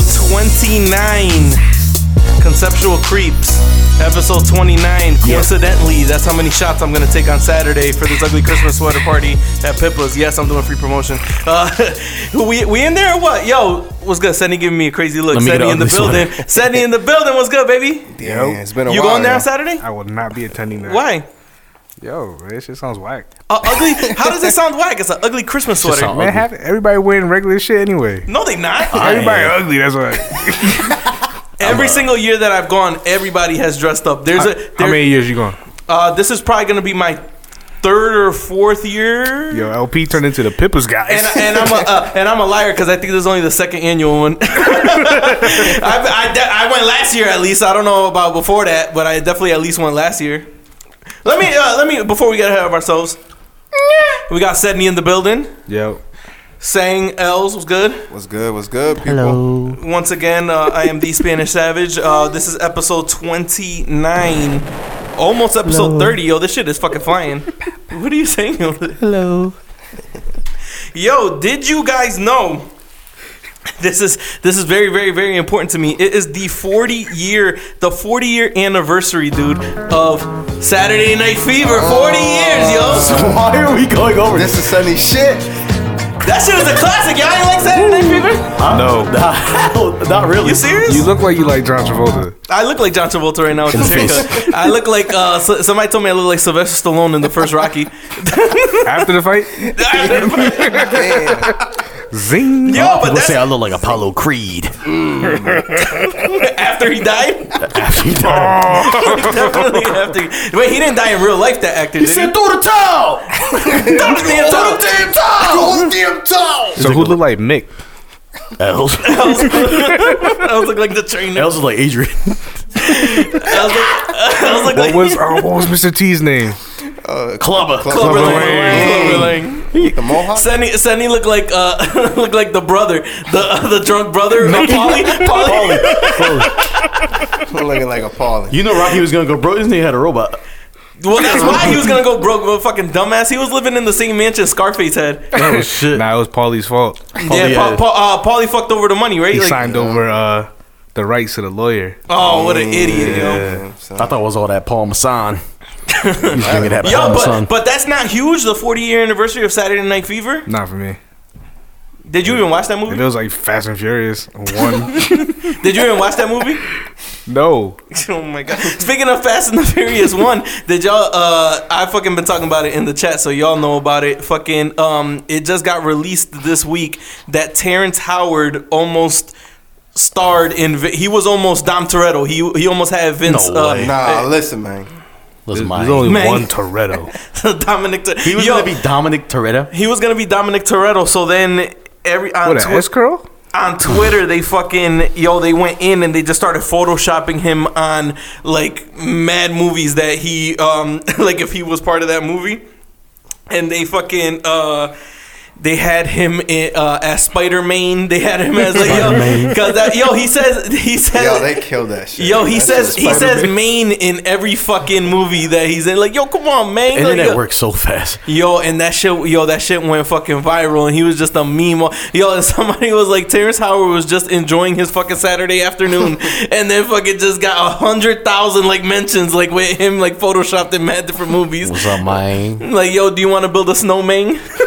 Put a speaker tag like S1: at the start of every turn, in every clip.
S1: 29 Conceptual Creeps, episode 29. Coincidentally, that's how many shots I'm going to take on Saturday for this ugly Christmas sweater party at Pippa's. Yes, I'm doing free promotion. Uh, we, we in there or what? Yo, what's good? Sandy giving me a crazy look.
S2: Let me get
S1: Sandy
S2: an
S1: in the
S2: ugly sweater.
S1: building. Sandy in the building. What's good, baby?
S3: Damn, it's been a
S1: You
S3: while.
S1: going there
S3: yo.
S1: on Saturday?
S4: I will not be attending that.
S1: Why?
S4: Yo, man, this shit sounds whack.
S1: Uh, ugly? How does it sound whack? It's an ugly Christmas
S2: Just
S1: sweater.
S2: sound
S4: Man,
S2: ugly.
S4: half, everybody wearing regular shit anyway.
S1: No, they not.
S4: Everybody ugly. That's why.
S1: Every single year that I've gone, everybody has dressed up. There's a
S4: How
S1: there,
S4: many years you going?
S1: uh, this is probably gonna be my third or fourth year.
S4: Yo, LP turned into the Pippas guys.
S1: And, and I'm a uh, and I'm a liar because I think this is only the second annual one. I, I, de- I went last year at least. I don't know about before that, but I definitely at least went last year. Let me uh, let me before we get ahead of ourselves. We got Sedney in the building.
S4: Yo,
S1: Saying Els was good.
S3: What's good? What's good, people? Hello.
S1: Once again, uh, I am the Spanish Savage. Uh, this is episode 29. Almost episode 30. Yo, this shit is fucking flying. what are you saying? Hello. Yo, did you guys know? This is this is very very very important to me. It is the 40 year the 40 year anniversary, dude, of Saturday Night Fever. 40 years, yo.
S2: Why are we going over
S3: This is sunny shit.
S1: That shit was a classic. Y'all ain't like Saturday Night Fever?
S2: No, not, not really.
S1: You serious?
S4: you look like you like John Travolta.
S1: I look like John Travolta right now with this
S2: Confess.
S1: haircut. I look like uh, s- somebody told me I look like Sylvester Stallone in the first Rocky.
S4: After the fight,
S3: Damn.
S4: zing.
S1: Yo,
S2: People
S1: but that's
S2: say I look like Apollo Creed.
S1: after he died.
S2: After he
S1: Oh.
S2: died.
S1: Definitely after. Wait, he didn't die in real life. That actor. Did he
S2: "Throw the towel."
S1: Throw the damn towel.
S3: damn towel. damn towel.
S4: So who look like Mick?
S2: Els,
S1: I was look like the trainer. I was
S2: Els is like Adrian.
S1: like, I was like,
S4: What
S1: like
S4: was oh, what was Mr. T's name?
S2: Clubber.
S1: Clover Lang,
S4: Clover
S1: Clover Lang.
S3: The mohawk.
S1: Sunny, Sunny looked like uh, looked like the brother, the uh, the drunk brother, uh, Polly. Polly.
S3: Looking like a pollen.
S2: You know Rocky was gonna go, bro. This nigga had a robot.
S1: Well, that's why he was gonna go broke, but fucking dumbass. He was living in the same mansion Scarface had.
S2: That was shit.
S4: Nah, it was Paulie's fault.
S1: yeah,
S2: Pauly,
S1: Paul,
S2: uh,
S1: Paul, uh, Paulie fucked over the money, right?
S4: He
S1: Like-
S4: signed over uh the rights to the lawyer.
S1: Oh, what an idiot,
S3: Yeah.
S2: I
S3: So,
S2: thought it was all that Paul Masson. You think it had
S1: yo. Yo,
S2: Paul
S1: but
S2: Masson.
S1: but that's not huge. The 40 year anniversary of Saturday Night Fever.
S4: Not for me.
S1: Did you even watch that
S4: If
S1: movie?
S4: it was like Fast and Furious one,
S1: Did you even watch that movie?
S4: no.
S1: Oh my god! Speaking of Fast and the Furious one, did y'all? Uh, I fucking been talking about it in the chat, so y'all know about it. Fucking, um, it just got released this week that Terrence Howard almost starred in. Vi- He was almost Dom Toretto. He he almost had Vince.
S2: No
S1: uh,
S2: way.
S3: Nah, listen, man.
S2: Listen, my-
S4: There's only
S1: Man.
S4: one Toretto.
S1: Dominic. Tor-
S2: he was
S1: Yo,
S2: gonna be Dominic Toretto.
S1: he was gonna be Dominic Toretto. So then every uh, on
S4: What an
S1: Twi-
S4: S curl?
S1: on Twitter, they fucking yo, they went in and they just started photoshopping him on like mad movies that he um like if he was part of that movie, and they fucking uh. They had him in, uh, as Spider Man. They had him as like yo, cause that, yo he says he says
S3: Yo, they killed that shit.
S1: Yo, he
S3: That
S1: says
S3: shit
S1: he
S3: was
S1: says
S3: Spider-Man.
S1: Maine in every fucking movie that he's in. Like, yo, come on, man. Like,
S2: Internet
S1: yo-
S2: works so fast.
S1: Yo, and that shit, yo, that shit went fucking viral, and he was just a meme. Yo, and somebody was like, Terrence Howard was just enjoying his fucking Saturday afternoon, and then fucking just got a hundred thousand like mentions, like with him like photoshopped in mad different movies.
S2: What's up, man?
S1: Like, yo, do you want to build a snowman?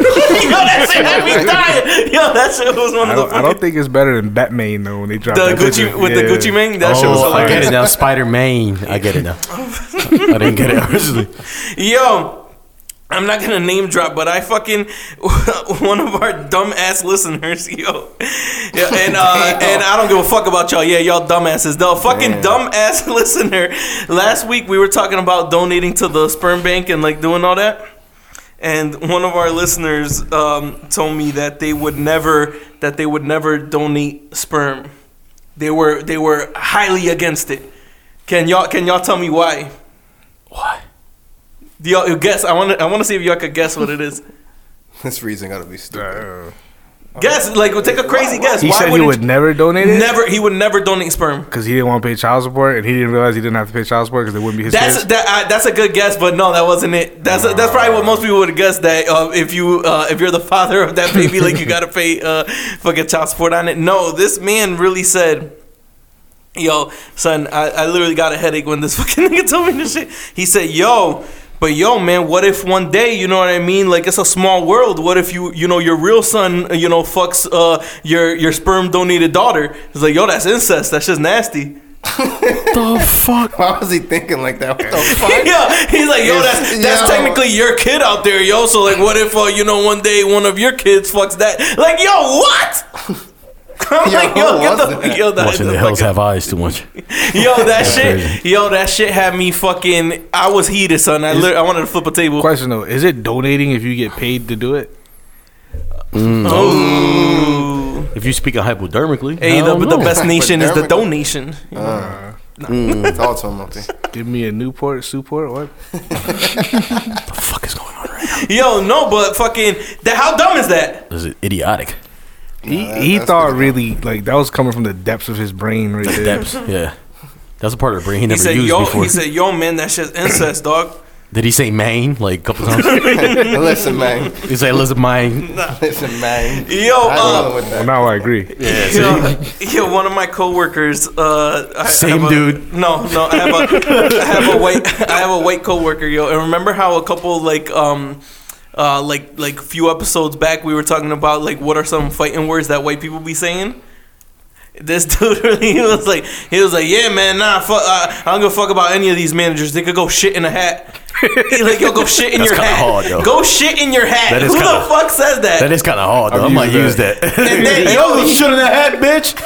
S1: yo, that shit had me dying. Yo, that shit was one
S4: I
S1: of the
S4: don't, I
S1: fucking
S4: don't think it's better than Batman though when they dropped
S1: the
S4: that
S1: Gucci
S4: picture.
S1: with the
S4: Yeah.
S1: Gucci man. That shit was
S2: oh, I get
S1: hilarious.
S2: it now. Spider Man. I get it now. I didn't get it originally.
S1: Yo, I'm not gonna name drop, but I fucking one of our dumbass listeners, yo, yeah, and uh,
S3: Damn.
S1: and I don't give a fuck about y'all. Yeah, y'all dumbasses. The fucking dumbass listener. Last week we were talking about donating to the sperm bank and like doing all that, and one of our listeners um, told me that they would never that they would never donate sperm. They were they were highly against it. Can y'all can y'all tell me why?
S2: Why?
S1: Do y'all you guess? I want to. I want to see if y'all could guess what it is.
S3: This reason gotta be stupid.
S4: Uh,
S1: guess like take a crazy guess.
S4: he
S1: Why
S4: said he
S1: wouldn't
S4: would never donate
S1: you-
S4: it
S1: never. He would never donate sperm.
S4: because he didn't want to pay child support and he didn't realize he didn't have to pay child support because it wouldn't be his
S1: That's
S4: kids.
S1: that. I, that's a good guess, but no, that wasn't it. That's that's probably what most people would guess that uh, if you uh, if you're the father of that baby, like you gotta pay uh, fucking child support on it. No, this man really said Yo, son, I, I literally got a headache when this fucking nigga told me this shit. He said, yo, but yo, man, what if one day, you know what I mean? Like, it's a small world. What if you, you know, your real son, uh, you know, fucks uh, your, your sperm donated daughter? It's like, yo, that's incest. That's just nasty.
S2: the fuck?
S3: Why was he thinking like that? What the fuck?
S1: yeah, he's like, yo, that's that's
S3: Yo.
S1: technically your kid out there, yo. So like, what if uh, you know one day one of your kids fucks that? Like, yo, what? I'm
S3: Yo,
S1: like, yo,
S3: who
S1: get
S3: was
S1: the
S3: that?
S1: yo that,
S2: Watching the
S1: fucking-
S2: Hells Have Eyes too much.
S1: yo that shit,
S2: crazy.
S1: yo that shit had me fucking. I was heated, son. I lit- I wanted to flip a table.
S4: Question though, is it donating if you get paid to do it?
S1: Oh.
S2: If you speak hypodermically,
S1: Hey,
S2: I
S1: the,
S2: don't
S1: the
S2: know.
S1: best nation is the
S3: Hypodermic.
S1: donation.
S3: Uh. Thoughts on Monty?
S4: Give me a Newport, Suport, what?
S2: the fuck is going on right
S1: Yo, no, but fucking, that, how dumb is that?
S2: now? This is idiotic.
S4: He,
S3: that-
S4: he
S3: that's
S4: thought
S3: pretty
S4: really like that was coming from the depths of his brain right there.
S2: Depths. Yeah, that's a part of the brain he
S1: He
S2: never
S1: said,
S2: used
S1: yo,
S2: before.
S1: he said, yo, man, that shit's incest, dog.
S2: Did he say Maine like a couple times?
S3: Listen, man.
S2: he said, "Listen, mine."
S3: Listen, man.
S1: Yo,
S3: I
S1: uh,
S3: don't know what
S4: Well,
S3: that.
S4: now I agree.
S1: Yeah, yeah, one of my coworkers. Uh, I- I
S2: Same
S1: have a-
S2: dude.
S1: No, no, I have a, I have a white, I have a white coworker, yo. And remember how a couple like, um, uh, like like few episodes back we were talking about like what are some fighting words that white people be saying. This dude, really, he was like, he was like, yeah, man, nah, fuck, uh, I don't give a fuck about any of these managers. They could go shit in a hat. He like, yo, go shit in
S2: That's
S1: your
S2: kinda
S1: hat.
S2: hard, yo.
S1: Go shit in your hat.
S2: That is
S1: Who
S2: kinda-
S1: the fuck says that?
S2: That is kind of hard. though. I
S4: I've
S2: might use
S4: used
S2: that.
S1: And then,
S2: Hey,
S1: yo,
S2: yo,
S1: he-
S2: shit in the hat, bitch.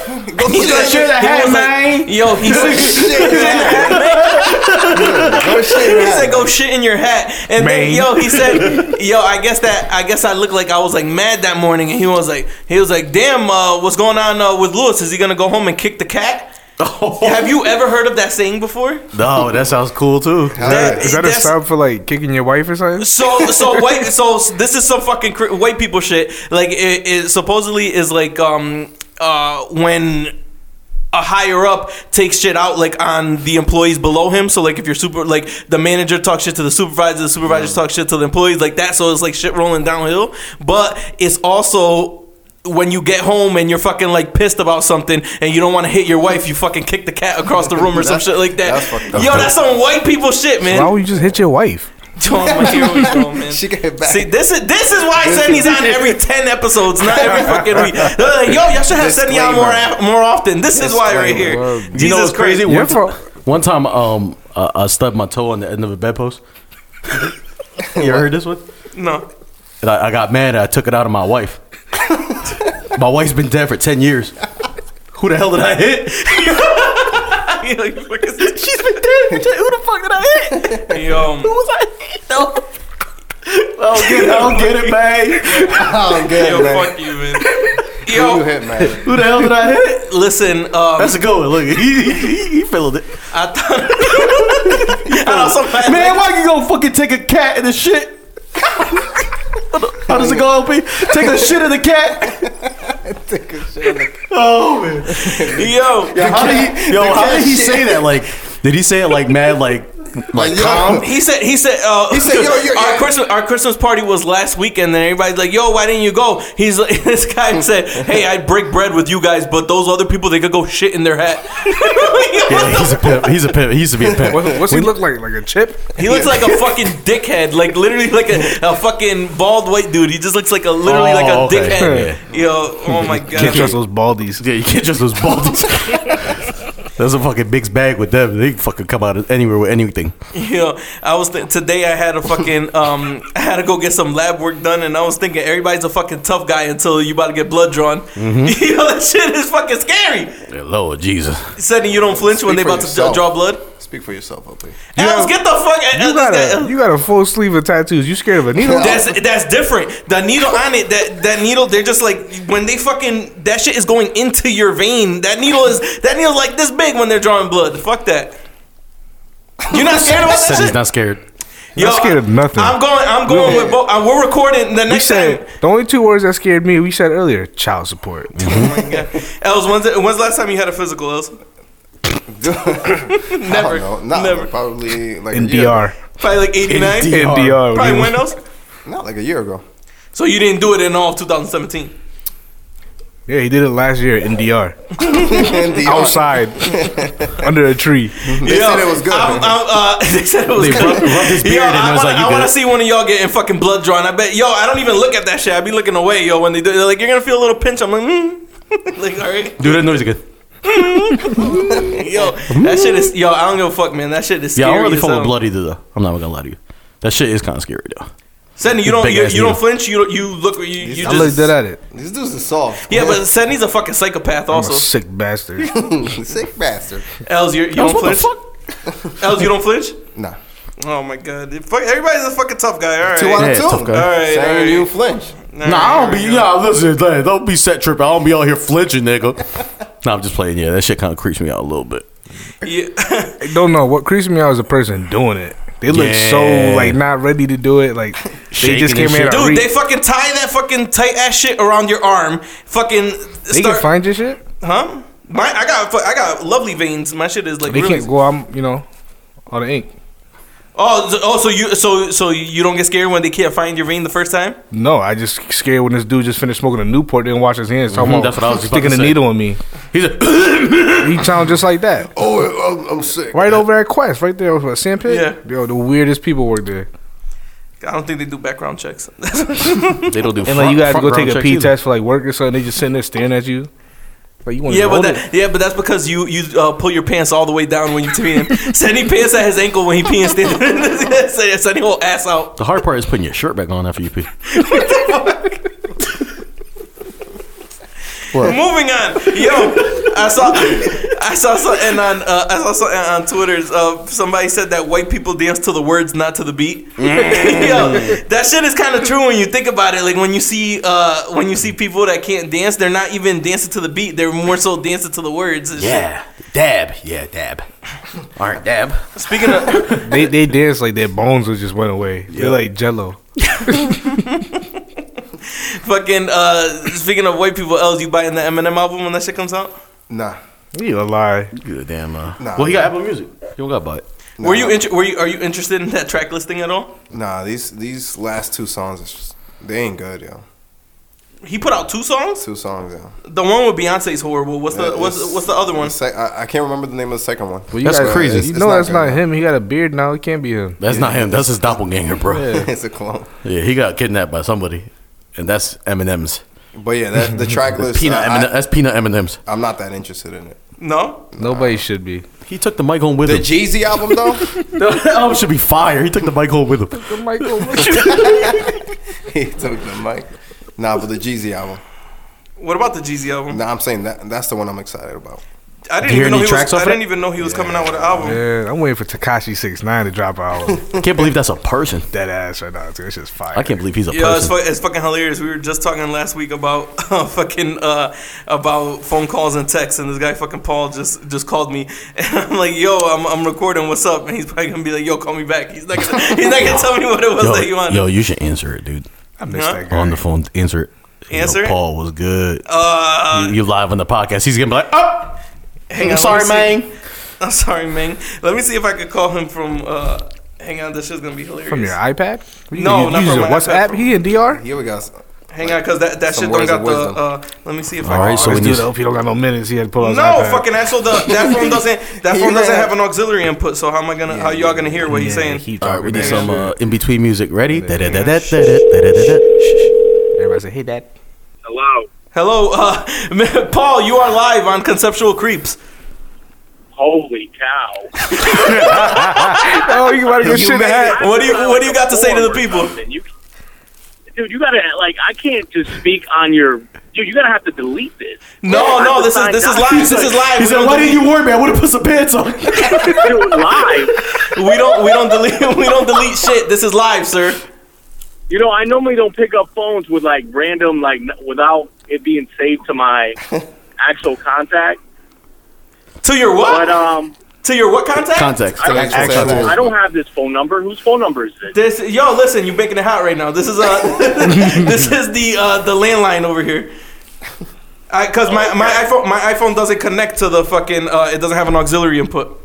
S1: He's like,
S3: shit in
S1: he was like, Yo, he said,
S3: shit in the Go shit,
S1: he
S3: man.
S1: said, go shit in your hat. And then,
S2: Man.
S1: yo, he said, yo, I guess that, I guess I looked like I was like mad that morning. And he was like, he was like, damn, uh, what's going on uh, with Lewis? Is he gonna go home and kick the cat?
S2: Oh.
S1: Have you ever heard of that saying before?
S2: No, that sounds cool too.
S3: Alright.
S4: Is that a
S1: That's-
S4: sub for like kicking your wife or something?
S1: So so white so this is some fucking cr- white people shit. Like it, it supposedly is like um uh when a higher up takes shit out like on the employees below him. So like if your super like the manager talks shit to the supervisor, the supervisor talks shit to the employees like that. So it's like shit rolling downhill. But it's also when you get home and you're fucking like pissed about something and you don't want to hit your wife, you fucking kick the cat across the room or some
S3: That's-
S1: shit like that.
S3: that's fucked up.
S1: Yo, that's some white people shit, man.
S4: Why would you just hit your wife?
S1: Tom, here we go, man.
S3: She can hit back.
S1: See, this is this is why Sendy's on every ten episodes, not every fucking week. They're like, yo, y'all should have Sendy on more af- more often. This is why right here.
S3: Disclaimer.
S1: Jesus
S2: You know what's
S1: Christ.
S2: crazy?
S4: Your
S2: One,
S4: fault.
S2: one time, um, uh, I stubbed my toe on the end of a bedpost. you ever heard this one?
S1: No.
S2: And I, I got mad. and I took it out on my wife. my wife's been dead for ten years. Who the hell did I hit?
S1: She's been dead for who
S2: Who the fuck did I hit?
S1: Yo,
S2: I don't get it. I don't get it,
S1: yo,
S2: man.
S3: Oh, good, man.
S1: fuck you, man.
S3: Who you
S1: Yo,
S3: hit, man?
S2: Who the hell did I hit?
S1: listen, um,
S2: That's a good one. Look, he he, he filled it.
S1: I thought I know somebody.
S2: Man, why you gonna fucking take a cat and a shit? How does it go, LP? Take a shit in the cat.
S3: Take a shit.
S2: Oh man.
S1: yo,
S2: How did he, yo,
S3: The
S2: how
S3: cat
S2: did he
S3: shit.
S2: say that? Like, did he say it like mad, like, like
S3: Like, yo.
S2: calm?
S1: Um, He said, he said, uh, he
S3: said, "Yo, yo,
S1: our
S3: yo."
S1: Christmas, our Christmas party was last weekend, and everybody's like, yo, why didn't you go? He's like, this guy said, hey, I'd break bread with you guys, but those other people, they could go shit in their hat.
S2: Yeah, he's a pimp. He's a pimp. He used to be a pimp.
S4: What, what's he look like? Like a chip?
S1: he looks like a fucking dickhead, like literally like a, a fucking bald white dude. He just looks like a literally like a
S2: Oh, okay.
S1: dickhead. Yo, oh my god.
S4: Can't trust those baldies.
S2: Yeah, you can't just those baldies. That's a fucking big bag with them. They can fucking come out of anywhere with anything.
S1: You know, I was th- today. I had a fucking um, I had to go get some lab work done, and I was thinking everybody's a fucking tough guy until you about to get blood drawn.
S3: Mm-hmm.
S1: you know, that shit is fucking scary.
S2: Yeah, Lord Jesus.
S1: Said you don't flinch when they
S3: Speak
S1: about
S3: for
S1: to
S3: yourself.
S1: draw blood.
S3: Speak for yourself, Opie.
S1: Else, get the fuck.
S4: You
S1: out
S4: got a you got a full sleeve of tattoos. You scared of a needle?
S1: that's that's different. The needle on it, that that needle, they're just like when they fucking that shit is going into your vein. That needle is that needle's like this big when they're drawing blood. Fuck that. You're not scared about that
S2: Said
S1: shit.
S2: he's not scared.
S1: Yo,
S4: not scared of nothing.
S1: I'm going. I'm going with both. uh, We're recording the
S4: We
S1: next
S4: said
S1: time.
S4: the only two words that scared me. We said earlier, child support.
S1: Yeah. Els, when's, it, when's the last time you had a physical, Els? Never.
S3: I don't know. Not
S1: Never.
S3: probably like
S4: In
S3: a year
S4: DR,
S1: Probably like
S2: In
S1: 89.
S2: D-
S4: in
S2: DR.
S4: DR,
S1: Probably
S4: we-
S1: when, Els?
S3: Ago. Not like a year ago.
S1: So you didn't do it in all of 2017.
S4: Yeah, he did it last year in DR.
S3: And the-
S4: Outside. under a tree.
S3: They said it was good.
S1: I'm, I'm, uh, they said it was
S2: They
S1: good.
S2: rubbed- rubbed his beard
S1: yo,
S2: and
S1: I
S2: it was
S1: wanna,
S2: like, you
S1: I want to
S2: good?
S1: see one of y'all getting fucking blood drawn. I bet, yo, I don't even look at that shit. I be looking away, yo, when they do. They're like, you're gonna feel a little pinch. I'm like, mm. like, all right,
S2: Do that noise again.
S1: yo, that shit is, yo, I don't give a fuck, man. That shit is.
S2: Yeah,
S1: Scary
S2: I don't really
S1: as
S2: fuck
S1: hell.
S2: with blood either, though. I'm not gonna lie to you. That shit is kind of scary, though.
S1: Sydney, you don't,
S2: Big
S1: you,
S2: ass
S1: you don't
S2: needle.
S1: flinch. You, don't- you look, you, you
S4: I
S1: just.
S4: looked dead at it.
S3: These dudes are soft.
S1: yeah, but
S3: man.
S1: Sydney's a fucking
S2: Oh,
S1: psychopath.
S4: I'm a
S1: Also,
S4: sick bastard.
S3: sick bastard.
S1: Els, you, you don't flinch. Els, you don't flinch.
S3: Nah.
S1: Oh my god, fuck, everybody's a fucking tough guy. All right,
S3: Two out
S2: Yeah,
S3: of two.
S2: tough guy.
S1: all right,
S3: Saying
S1: all right.
S3: you flinch.
S1: All
S2: Nah, I
S1: right,
S2: don't
S1: all
S2: be.
S1: right.
S2: Nah, listen, like, don't be set tripping. I don't be out here flinching, nigga. nah, I'm just playing. Yeah, that shit kind of creeps me out a little bit.
S1: Yeah.
S4: I don't know. What creeps me out is the person doing it. They look so
S2: Yeah.
S4: like not ready to do it. Like they
S2: Shaking
S4: just
S2: and
S4: came in.
S2: shit.
S4: a
S1: Dude,
S4: re-
S1: they fucking tie that fucking tight ass shit around your arm. Fucking
S4: They
S1: start,
S4: can find your shit.
S1: huh? My, I got, fu- I got lovely veins. My shit is like
S4: They
S1: really.
S4: can't go. I'm you know, all the ink.
S1: Oh, so, oh, so you, so, so you don't get scared when they can't find your vein the first time?
S4: No, I just scared when this dude just finished smoking a Newport, didn't wash his hands. Talking
S2: Mhm,
S4: about
S2: that's what I was just about
S4: sticking
S2: to
S4: a
S2: say.
S4: needle in me.
S2: He's a
S4: He sound just like that.
S3: Oh, I'm, I'm sick.
S4: Right over at Quest, right there over at Sandpit.
S1: Yeah.
S4: Yo, the weirdest people work there.
S1: I don't think they do background checks.
S2: they don't do.
S4: And like you gotta go take a P test for like work or something. They just sitting there staring at you. Like you want to
S1: yeah,
S4: roll
S1: but
S4: it.
S1: that, yeah, but that's because you, you uh, pull your pants all the way down when you pee. Sandy pants at his ankle when he peeing. Sandy, Sandy whole ass out.
S2: The hard part is putting your shirt back on after you pee.
S1: Moving on, yo, I saw, I saw something on, uh, I saw something on Twitter. Uh, somebody said that white people dance to the words, not to the beat. yo, that shit is kind of true when you think about it. Like when you see, uh, when you see people that can't dance, they're not even dancing to the beat. They're more so dancing to the words. and shit.
S2: Yeah, dab. Yeah, dab. All right, dab.
S1: Speaking of,
S4: They they dance like their bones was just went away. They're like Jello.
S1: fucking, uh, speaking of white people, else you buying the Eminem album when that shit comes out?
S3: Nah.
S4: You a lie.
S2: You a damn. Uh,
S3: Nah.
S2: well, he got Apple Music. He don't got butt.
S1: Were you inter- were you are you interested in that track listing at all?
S3: Nah, these these last two songs, is just, they ain't good, yo.
S1: He put out two songs.
S3: Two songs, yo.
S1: The one with Beyonce is horrible. What's the what's what's the other one?
S3: The sec- I, I can't remember the name of the second one.
S2: you That's guys- crazy.
S3: It's-
S4: You
S3: it's
S4: know that's not
S3: good.
S4: him. He got a beard now. It can't be him.
S2: That's not him. That's his doppelganger, bro. Yeah.
S3: it's a clone.
S2: he got kidnapped by somebody, and that's Eminem's.
S3: But yeah, that, the track list.
S2: Peanut.
S3: I,
S2: M&M, that's peanut Eminem's.
S3: am not that interested in it.
S1: No.
S4: Nobody should be.
S2: He took the mic home with
S3: The
S2: him.
S3: Jeezy album though,
S2: that album should be fire. He took the mic home with him.
S4: Michael,
S3: he took the mic. Nah, but the Jeezy album.
S1: What about the Jeezy album?
S3: Nah, I'm saying that that's the one I'm excited about.
S1: I didn't
S2: you hear
S1: even know
S2: any
S1: he was.
S2: tracks
S1: I
S2: off it?
S1: didn't even know he was coming out with an album.
S4: man, I'm waiting for Takashi Six Nine to drop out.
S2: Can't believe that's a person.
S4: That ass right now. Dude. It's just fire.
S2: I can't believe he's a
S1: Yo, it's,
S2: person.
S1: fu- it's fucking hilarious. We were just talking last week about fucking uh, about phone calls and texts, and this guy fucking Paul just just called me, and I'm like, "Yo, I'm, I'm recording. What's up?" And he's probably gonna be like, "Yo, call me back." He's not gonna, he's not gonna tell me what it was that you
S2: Yo,
S1: wanted.
S2: yo, you should answer it, dude.
S4: I miss
S1: Huh?
S4: that guy.
S2: On the phone, answer it. Yo,
S1: Answer it?
S2: Paul was good.
S1: Uh,
S2: you, you live on the podcast. He's gonna be like, oh,
S1: hang on, let
S2: I'm sorry,
S1: me see-
S2: man.
S1: I'm sorry, man. Let me see if I could call him from. Uh, hang on, this shit's gonna be hilarious.
S4: From your iPad? What you
S1: No,
S4: you
S1: not
S4: use
S1: from
S4: your
S1: my
S4: WhatsApp.
S1: iPad.
S4: He in DR.
S3: Here we go.
S1: hang on, cause that, that
S3: Some
S1: shit don't
S3: words
S1: got
S3: of
S1: the.
S3: wisdom.
S1: Uh, let me see if I.
S2: All
S1: can
S2: right, so
S4: Let's
S2: when
S4: do
S2: you-
S4: that. If he don't got no minutes, he had to pull out. his
S1: No,
S4: iPad.
S1: fucking asshole. The, that phone doesn't. That phone doesn't have an auxiliary input. So how am I gonna? how y'all gonna hear what he's
S4: Yeah,
S1: saying?
S4: He
S2: All right, we
S4: talking
S2: need some
S4: that shit.
S2: uh, in between music. Ready? Da-da-da-da-da-da-da-da.
S4: Everybody say, "Hey, Dad."
S5: Hello.
S1: Hello, uh, Paul. You are live on Conceptual Creeps.
S5: Holy cow.
S4: Oh, you about to go
S3: You
S4: shit the
S3: made
S4: hat?
S1: What do you- what do you got to say to the
S5: Or
S1: people?
S5: something. You- dude, you gotta like I can't just speak on your dude, you gotta have to delete this.
S1: No,
S5: I'm
S1: no, this is
S5: signed
S1: this is
S5: up.
S1: live. This is live.
S2: He
S1: We
S2: said,
S1: don't
S2: "Why didn't
S1: delete.
S2: you warn me? I would have put some pants on."
S5: Dude, live.
S1: We don't we don't delete we don't delete shit. This is live, sir.
S5: You know, I normally don't pick up phones with like random like n- without it being saved to my actual contact.
S1: To your what?
S5: But um
S1: to your what contact?
S2: Context.
S5: I don't,
S3: Actual contact.
S5: I don't have this phone number. Whose phone number is this?
S1: This yo, listen, you're making it hot right now. This is uh this is the uh the landline over here. I, Cause my, my iPhone my iPhone doesn't connect to the fucking uh, it doesn't have an auxiliary input.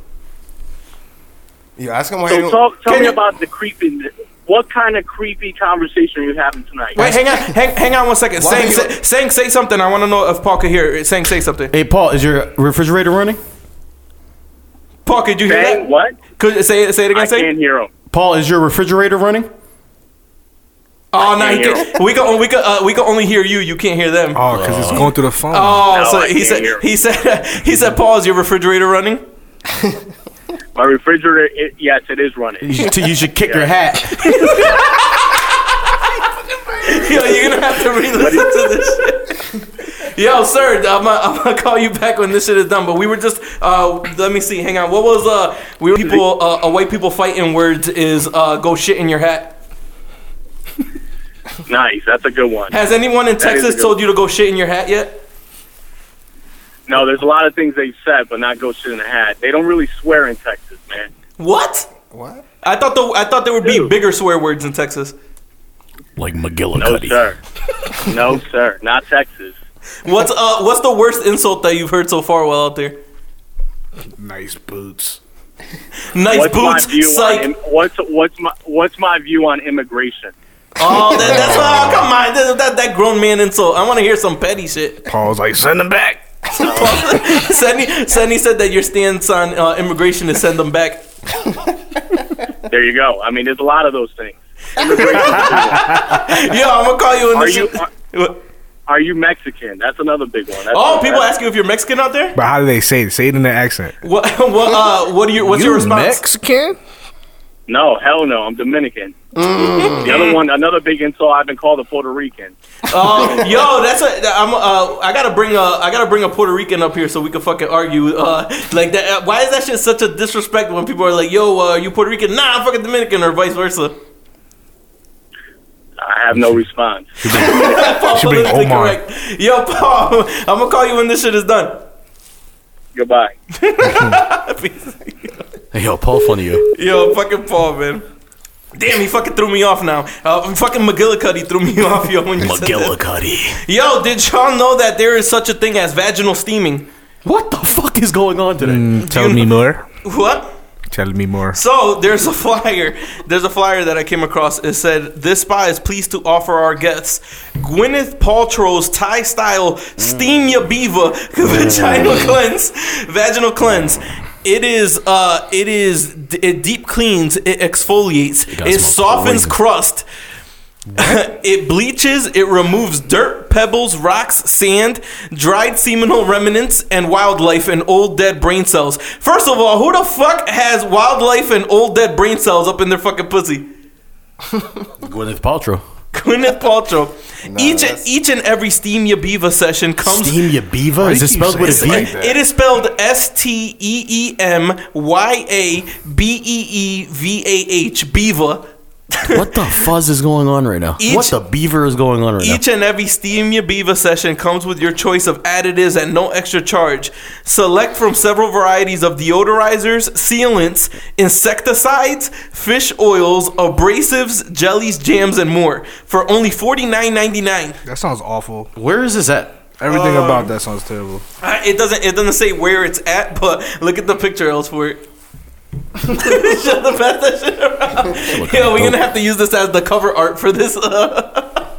S3: You ask him why.
S5: So
S3: you don't-
S5: talk, tell
S1: Can
S5: me
S1: you-
S5: about the creeping. what kind of creepy conversation are you having tonight?
S1: Wait, hang on, hang, hang on one second.
S3: Why
S1: Sang,
S3: do you-
S1: say, Sang, say something. I want to know if Paul could hear. Sang, say something.
S2: Hey, Paul, is your refrigerator running?
S1: Paul, could you hear
S5: Bang,
S1: that?
S5: what?
S1: Could say it? Say it
S5: I
S1: again. Say.
S5: can't hear him.
S2: Paul, is your refrigerator running?
S1: Oh no,
S5: can't
S1: he
S5: hear
S1: can, we can we can uh, we can only hear you. You can't hear them. Oh,
S4: Oh, because it's going through the phone.
S5: No,
S1: so
S5: I
S1: he
S5: can't
S1: said
S5: hear.
S1: he said he said Paul, is your refrigerator running?
S5: My refrigerator, it, yes, it is running.
S2: You should, you should kick your hat.
S1: Yo, you're gonna have to re-listen to this. Shit. Yo, sir, I'm gonna, I'm gonna call you back when this shit is done. But we were just uh, let me see. Hang on. What was uh we were people uh, uh, white people fighting words is uh go shit in your hat.
S5: Nice, that's a good one.
S1: Has anyone in
S5: That is a
S1: Texas
S5: good
S1: told you to go shit in your hat yet?
S5: No, there's a lot of things they've said, but not go shit in a hat. They don't really swear in Texas, man.
S1: What?
S3: What?
S1: I thought the I thought there would be
S5: Dude.
S1: bigger swear words in Texas.
S2: Like
S5: No,
S2: McGillicuddy.
S5: sir. no, sir. Not Texas.
S1: What's uh what's the worst insult that you've heard so far while out there?
S4: nice boots.
S1: Nice
S5: What's my view
S1: boots, psych.
S5: on im- what's what's my what's my view on immigration?
S1: Oh, that, that's oh, come on, that, that, that grown man insult. I want to hear some petty shit.
S4: Paul's like, send them back.
S1: Sandy, Sandy said that your stance on uh, immigration is send them back.
S5: There you go. I mean, there's a lot of those things.
S1: Yo, I'm gonna call you in
S5: Are
S1: this.
S5: you
S1: shit-
S5: are, are you Mexican? That's another big one. That's
S1: oh, people
S5: that's-
S1: ask you if you're Mexican out there.
S4: But how do they say it? Say it in their accent.
S1: What? What? Uh, what do you? What's your response?
S4: Mexican?
S5: No, hell no. I'm Dominican.
S1: Mm.
S5: The other one, another big insult. I've been called a Puerto Rican.
S1: Oh, yo, that's a. that- I'm. Uh, I gotta bring a. I gotta bring a Puerto Rican up here so we can fucking argue. Uh, like that. Why is that shit such a disrespect when people are like, "Yo, uh, you Puerto Rican? Nah, I'm fucking Dominican," or vice versa.
S5: I have no response.
S1: Paul,
S4: Should be
S1: politically
S4: Omar.
S1: correct. Yo, Paul, I'm gonna call you when this shit is done.
S5: Goodbye.
S2: Hey, yo, Paul, funny you.
S1: Yo, fucking Paul, man. Damn, he fucking threw me off now. Uh, fucking McGillicuddy threw me off, yo. When you said that.
S2: McGillicuddy.
S1: Yo, did y'all know that there is such a thing as vaginal steaming?
S2: What the fuck is going on today?
S4: Tell me more.
S1: What?
S4: Tell me more.
S1: So there's a flyer. There's a flyer that I came across. It said, "This spa is pleased to offer our guests Gwyneth Paltrow's Thai style steam ya beaver vaginal cleanse, vaginal cleanse." It is, uh, it is, it deep cleans, it exfoliates, it,
S2: gotta smell
S1: softens
S2: crazy.
S1: crust, it bleaches, it removes dirt, pebbles, rocks, sand, dried seminal remnants, and wildlife and old dead brain cells. First of all, who the fuck has wildlife and old dead brain cells up in their fucking pussy?
S2: Gwyneth Paltrow.
S1: Gwyneth Paltrow. each
S3: that's-
S1: each and every Steam Yabiva session comes.
S2: Steam your beaver? Is
S4: do
S2: it
S4: you
S2: spelled
S4: say
S2: with a
S4: it
S2: V?
S4: like that?
S1: It is spelled S T E E M Y A B E E V A H Beaver.
S2: What the fuzz is going on right now?
S1: Each-
S2: what the beaver is going on right
S1: Each and every Steam Your Beaver session comes with your choice of additives at no extra charge. Select from several varieties of deodorizers, sealants, insecticides, fish oils, abrasives, jellies, jams, and more for only $49.99.
S4: That sounds awful.
S2: now? Where is this at?
S4: Everything about that sounds terrible.
S1: Uh, It doesn't. It doesn't say where it's at, but look at the picture elsewhere. Shut the pass that shit around. Yo, we're gonna have to use this as the cover art for this. Uh,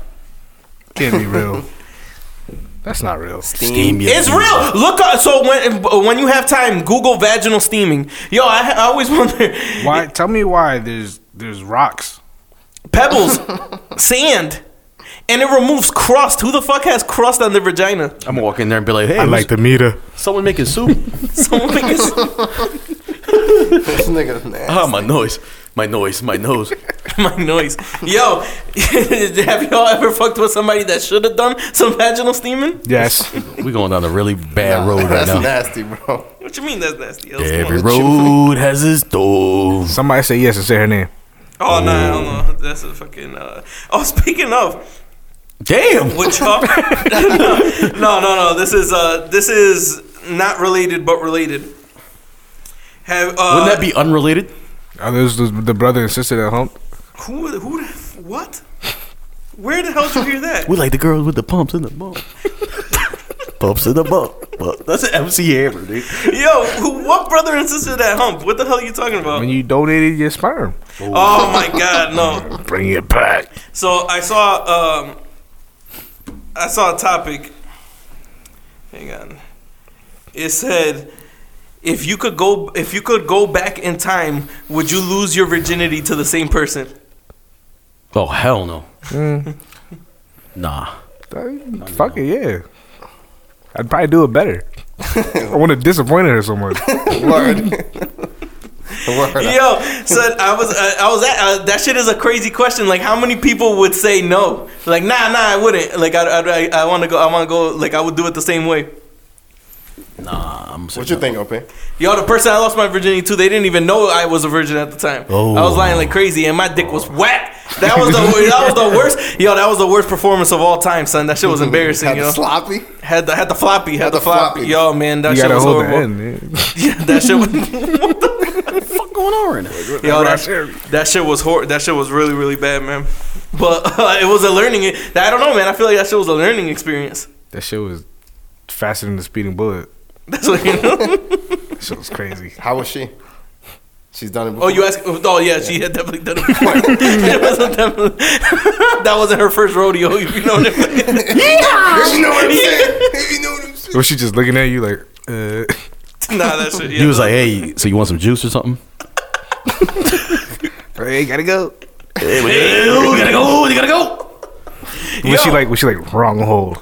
S4: Can't be real. That's not real.
S2: Steam your
S1: It's real. Look, up, so when when you have time, Google vaginal steaming. Yo, I, I always wonder
S4: Why? Tell me why there's there's rocks.
S1: pebbles, sand, and it removes crust. Who the fuck has crust on their vagina?
S2: I'm gonna walk in there and be like, hey,
S4: I like the meter.
S2: someone making soup.
S1: Someone make us-
S3: This nigga's nasty.
S2: Ah, my noise. My noise, my nose.
S1: my noise. Yo, have y'all ever fucked with somebody that should have done some vaginal steaming?
S4: Yes.
S2: we going down a really bad road right
S3: That's
S2: now.
S3: nasty, bro.
S1: What you mean that's nasty?
S2: Every road has its door.
S4: Somebody say yes and say her name.
S1: Oh no, I don't know. That's a fucking. Uh... Oh, speaking of,
S2: Damn.
S1: which y'all? no, no, no, no. This is uh, this is not related, but related. Have uh,
S2: Wouldn't that be unrelated?
S4: Are those the, the brother and sister that humped?
S1: who? Who? the f- What? Where the hell did you hear that?
S2: We like the girls with the pumps in the bump. pumps in the bump. up. That's an MC Hammer, dude.
S1: Yo, who- what brother and sister that hump? What the hell are you talking about?
S4: When you donated your sperm,
S1: Oh my god, no.
S4: bring it back.
S1: So I saw um I saw a topic. Hang on. It said if you could go if you could go back in time, would you lose your virginity to the same person?
S2: Oh hell no.
S3: Mm.
S2: Nah.
S4: Uh, Fuck it, yeah. I'd probably do it better. I want to disappoint her so much.
S3: Word. Word.
S1: Yo, so I was uh, I was at, uh, that shit is a crazy question. Like, how many people would say no? Like, nah, nah, I wouldn't. Like, I I, I want to go. I want to go. Like, I would do it the same way.
S2: Nah. I'm
S3: What you think, OP?
S1: Yo, the person I lost my virginity to, they didn't even know I was a virgin at the time.
S2: Oh.
S1: I was lying like crazy, and my dick was wet. That was the that was the worst. Yo, that was the worst performance of all time, son. That shit was embarrassing.
S3: Had
S1: you
S3: the
S1: know,
S3: sloppy.
S1: had the had the floppy, had, the,
S3: the
S1: floppy.
S3: floppy.
S1: Yo, man, that
S4: You
S1: shit
S4: gotta
S1: was
S4: hold
S1: horrible.
S4: the end. Man.
S1: Yeah, that shit was.
S2: the fuck going on right now?
S1: Yo,
S4: Right
S1: that,
S4: there.
S1: that shit was hor- That shit was really, really bad, man. But uh, it was a learning. e- I don't know, man. I feel like that shit was a learning experience.
S4: That shit was faster than the speeding bullet.
S1: That's what you know.
S4: That shit was crazy.
S3: How was she? She's done it before.
S1: Oh, you ask? Oh, yeah, she had definitely done it before. it wasn't definitely, that wasn't her first rodeo. You know what I mean?
S3: If you know what I'm saying? If you know what I'm saying?
S4: Was she just looking at you like, uh,
S1: Nah, that shit. Yeah,
S2: He was like, "Hey, so you want some juice or something?"
S4: hey, gotta go?
S1: hey, ooh, gotta go, you gotta go.
S4: Was she like, was she like wrong hole?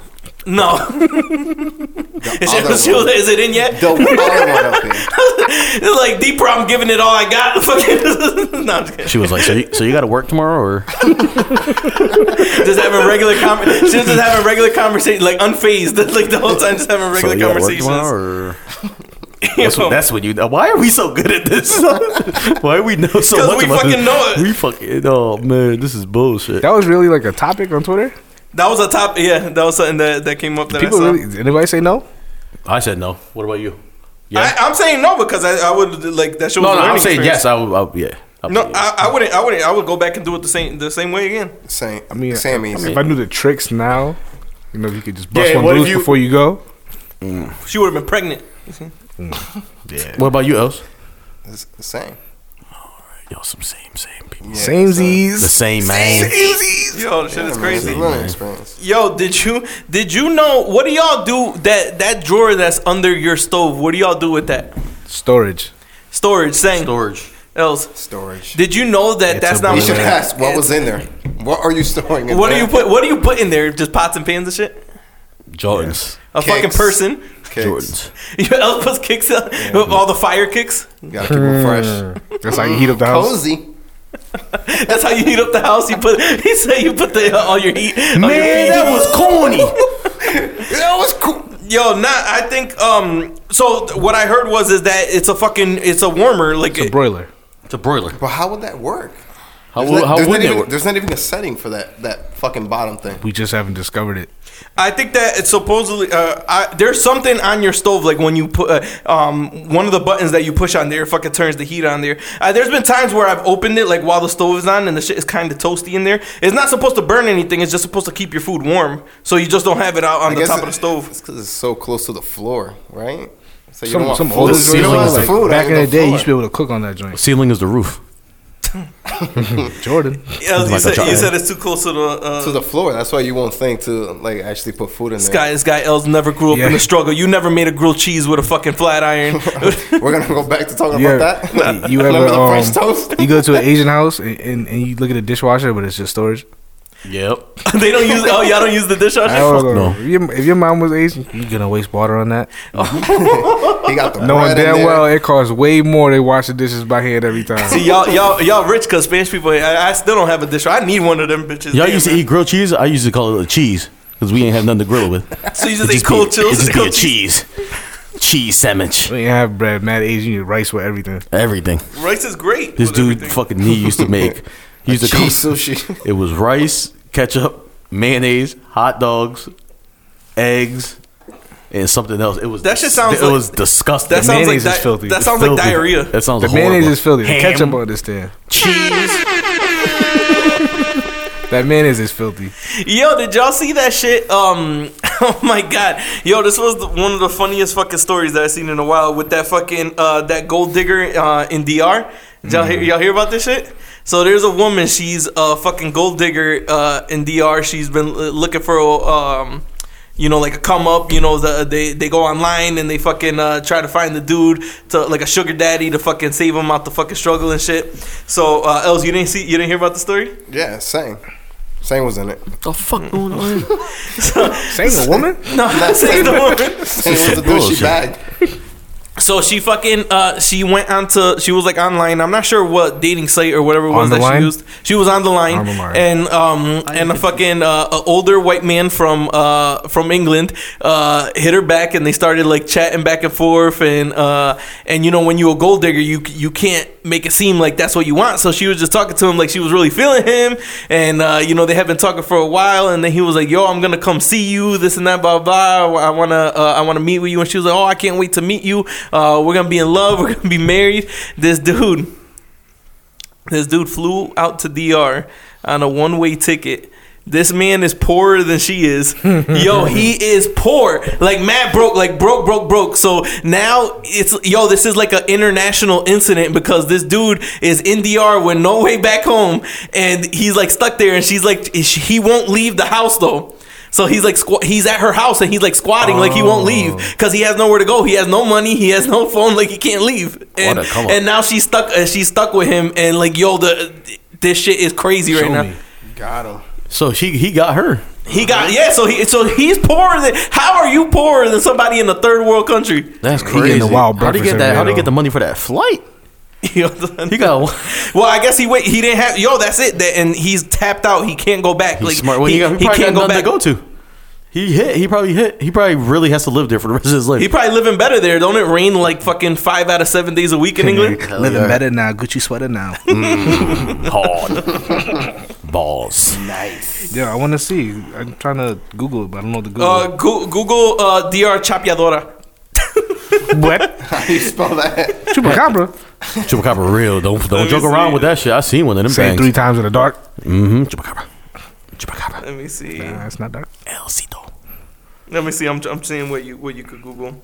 S1: No. is,
S3: other
S1: she-
S3: one.
S1: is it in yet?
S3: The other one up there.
S1: It's like deeper. I'm giving it all I got. Fucking. no, I'm just kidding.
S2: She was like, "So you, so you got to work tomorrow or?"
S1: just having regular com- she was just having regular conversation, like unfazed, like the whole time, just having
S2: So
S1: regular
S2: you gotta work
S1: conversations.
S2: tomorrow, or?
S1: You
S2: That's,
S1: know?
S2: what, that's what you. uh, Why are we so good at this? why we know so
S1: 'Cause
S2: much
S1: we
S2: about
S1: fucking
S2: this?
S1: know it.
S2: We fucking. Oh man, this is bullshit.
S4: That was really like a topic on Twitter.
S1: that was a top. Yeah, that was something that, that came up. That I
S4: People
S1: saw.
S4: really, did anybody say no?
S2: I said no. What about you?
S1: I,
S2: Yeah.
S1: I'm saying no because I, I would like that. Show
S2: no,
S1: was
S2: no.
S1: a
S2: I'm
S1: learning
S2: saying
S1: experience.
S2: yes. I would. I would yeah. I would
S1: No,
S2: say yes.
S1: I, I wouldn't. I wouldn't. I would go back and do it the same the same way again.
S3: Same. I
S4: mean,
S3: mean, Sammy.
S4: If I knew the tricks now, you know, you could just bust
S3: Yeah,
S4: one
S3: what if
S4: loose
S3: you-
S4: before you go.
S1: She would have been pregnant.
S2: What about you, Els?
S3: It's the same.
S2: Yo, some same, same people.
S3: Yeah,
S4: Same
S3: so-
S2: The
S4: Z's.
S2: same man.
S1: Yo, shit is
S3: I mean,
S1: crazy.
S3: It's a learning experience.
S1: Yo, did you did you know what do y'all do that that drawer that's under your stove? What do y'all do with that
S4: Storage.
S1: storage? Saying
S2: Storage.
S1: else,
S3: Storage.
S1: did you know that
S2: It's
S1: that's
S2: a
S1: not
S3: You
S2: bullshit.
S3: should ask what was in there. What are you storing? In
S1: What do
S3: there?
S1: you put? What do you put in there? Just pots and pans and shit.
S2: Jordans.
S1: A fucking
S3: Kicks.
S1: person.
S3: Kicks.
S2: Jordans.
S1: You else puts kicks up. All the fire kicks.
S3: You gotta keep it fresh.
S4: That's how you heat up the house.
S3: Cozy.
S1: That's how you heat up the house. You put. He said you put the all your heat.
S2: Oh,
S1: Man,
S2: corny.
S3: That was cool.
S1: Yo, not. I think. Um. So th- what I heard was is that it's a fucking. It's a warmer. Like
S4: It's a broiler.
S2: it's a broiler.
S3: But how would that work?
S2: How,
S3: There's
S2: would-
S3: not-
S2: how
S3: there's
S2: would
S3: not
S2: it
S3: even-
S2: work?
S3: There's not even a setting for that that fucking bottom thing.
S4: We just haven't discovered it.
S1: I think that it's supposedly. Uh. I, there's something on your stove. Like when you put. Uh, um. One of the buttons that you push on there fucking turns the heat on there. Uh, there's been times where I've opened it like while the stove is on and the shit is kind of toasty in there. It's not supposed to burn anything. It's just supposed to keep your food warm. So you just don't have it out on the top of the stove.
S3: It's because it's so close to the floor, right? So you
S4: Some, some
S3: food-
S4: older
S2: The
S3: you don't
S2: ceiling
S3: want
S2: is
S4: like,
S3: food
S4: back
S3: on
S4: in the day, you
S3: floor.
S4: used to be able to cook on that joint.
S2: Ceiling is the roof.
S4: Jordan.
S1: Yeah, you,
S2: Like a
S1: said, you
S2: giant.
S1: said it's too close to the. Uh,
S3: to the floor. That's why you won't think to like actually put food in
S1: This
S3: there.
S1: guy, this guy Els never grew up in
S4: Yeah.
S1: the struggle. You never made a grilled cheese with a fucking flat iron.
S3: We're gonna go back to talking
S4: Yeah.
S3: about that.
S4: You
S3: Remember
S4: ever,
S3: the French
S4: um,
S3: toast?
S4: You go to an Asian house and, and, and you look at the dishwasher, but it's just storage.
S2: Yep.
S1: they don't use. Oh, y'all don't use the dishwasher.
S4: I don't
S2: fuck
S4: know.
S2: no.
S4: If, your, if your mom was Asian, you're gonna waste water on that.
S3: He got the
S4: Knowing
S3: bread in
S4: damn
S3: there.
S4: well it costs way more to wash the dishes by hand every time.
S1: See, y'all, y'all, y'all rich because Spanish people. I, I still don't have a dishwasher. I need one of them bitches.
S2: Y'all
S1: Damn,
S2: used to
S1: man.
S2: eat grilled cheese. I used to call it a cheese because we ain't have nothing to grill it with.
S1: So you just
S2: It
S1: eat cold
S2: be-
S1: chills.
S2: it just
S1: and
S2: be a
S1: cold cheese.
S2: cheese, cheese sandwich,
S4: we ain't have bread, mad Asian, you rice with everything.
S2: everything.
S1: Rice is great.
S2: This
S1: with
S2: dude
S1: everything.
S2: fucking he used to make. He used to come.
S3: cheese sushi.
S2: It was rice, ketchup, mayonnaise, hot dogs, eggs, and something else. It was
S1: That shit sounds
S2: It
S1: like-
S2: was disgusting.
S1: That sounds like
S4: mayonnaise is
S1: di-
S4: filthy.
S1: That
S4: It's
S1: sounds like
S2: Filthy.
S1: diarrhea.
S2: That sounds
S4: The
S2: horrible.
S4: mayonnaise is filthy. The
S2: Ham,
S4: ketchup on this stand.
S2: cheese.
S4: That mayonnaise is filthy.
S1: Yo, did y'all see that shit? Um, oh my god, yo, this was the, one of the funniest fucking stories that I've seen in a while with that fucking uh, that gold digger uh, in DR. Did Y'all hear, y'all hear about this shit? So there's a woman. She's a fucking gold digger uh, in DR. She's been l- looking for um, you know, like a come up. You know, the, they they go online and they fucking uh, try to find the dude to like a sugar daddy to fucking save him out the fucking struggle and shit. So uh, Els, you didn't see, you didn't hear about the story?
S3: Yeah, Sang. Sang was in it.
S1: The fuck going on?
S4: Saying a woman?
S1: no, I'm not saying the woman.
S3: Sang was the dude she
S2: bullshit.
S3: bagged.
S1: So she fucking uh she went onto she was like online. I'm not sure what dating site or whatever it was
S4: On the
S1: that
S4: line?
S1: she used. She was on the line,
S4: On the line.
S1: and um and a fucking uh, a older white man from uh from England uh hit her back and they started like chatting back and forth and uh and you know when you're a gold digger you you can't make it seem like that's what you want. So she was just talking to him like she was really feeling him and uh you know they had been talking for a while and then he was like yo I'm gonna come see you this and that blah blah. I wanna uh, I wanna meet with you and she was like oh I can't wait to meet you. Uh we're gonna be in love. We're gonna be married. This dude this dude flew out to DR on a one way ticket. This man is poorer than she is. Yo, he is poor. Like Matt broke, like broke, broke, broke. So now it's yo, this is like an international incident because this dude is in DR with no way back home, and he's like stuck there, and she's like, is she- he won't leave the house though. So he's like squ- he's at her house and he's like squatting like he won't leave
S2: Oh.
S1: because he has nowhere to go. He has no money. He has no phone. Like he can't leave. And,
S2: a come up.
S1: and now she's stuck. Uh, she's stuck with him. And like yo, the this shit is crazy right now.
S2: me.
S3: Got him.
S2: So she he got her.
S1: He got yeah. So he so he's poorer than. How are you poorer than somebody in a third world country?
S2: That's
S4: getting
S2: crazy.
S4: the wild
S2: how do you
S4: breakfast
S2: get that?
S4: every
S2: How do
S4: day,
S2: you get
S4: though.
S2: the money for that flight?
S1: You know what I'm
S2: He
S1: saying?
S2: got.
S1: well, I guess he wait. He didn't have yo. That's it. That, and he's tapped out. He can't go back. like
S2: He's smart. Well, he,
S1: he,
S2: got, he
S1: he
S2: probably
S1: can't
S2: got
S1: go
S2: nothing
S1: back.
S2: to go to. He hit. He probably hit. He probably really has to live there for the rest of his life.
S1: He probably living better there. Don't it rain like fucking five out of seven days a week in England?
S4: Living better now, Gucci sweater now.
S2: Hard. Balls.
S4: yeah, I want to see. I'm trying to Google it, but I don't know the Google.
S1: Uh, Goo- Google uh, Dr. Chapiadora.
S4: what?
S3: How you spell that?
S4: Chupacabra.
S2: Chupacabra real. Don't don't
S1: me
S2: joke
S1: see
S2: around
S1: it.
S2: with that shit. I seen one of them
S4: Say it
S2: things.
S4: three times in the dark.
S2: Mm-hmm. Chupacabra. Chupacabra.
S1: Let me see.
S4: Nah, it's not dark.
S2: Elcito.
S1: Let me see. I'm, I'm seeing what you what you could Google.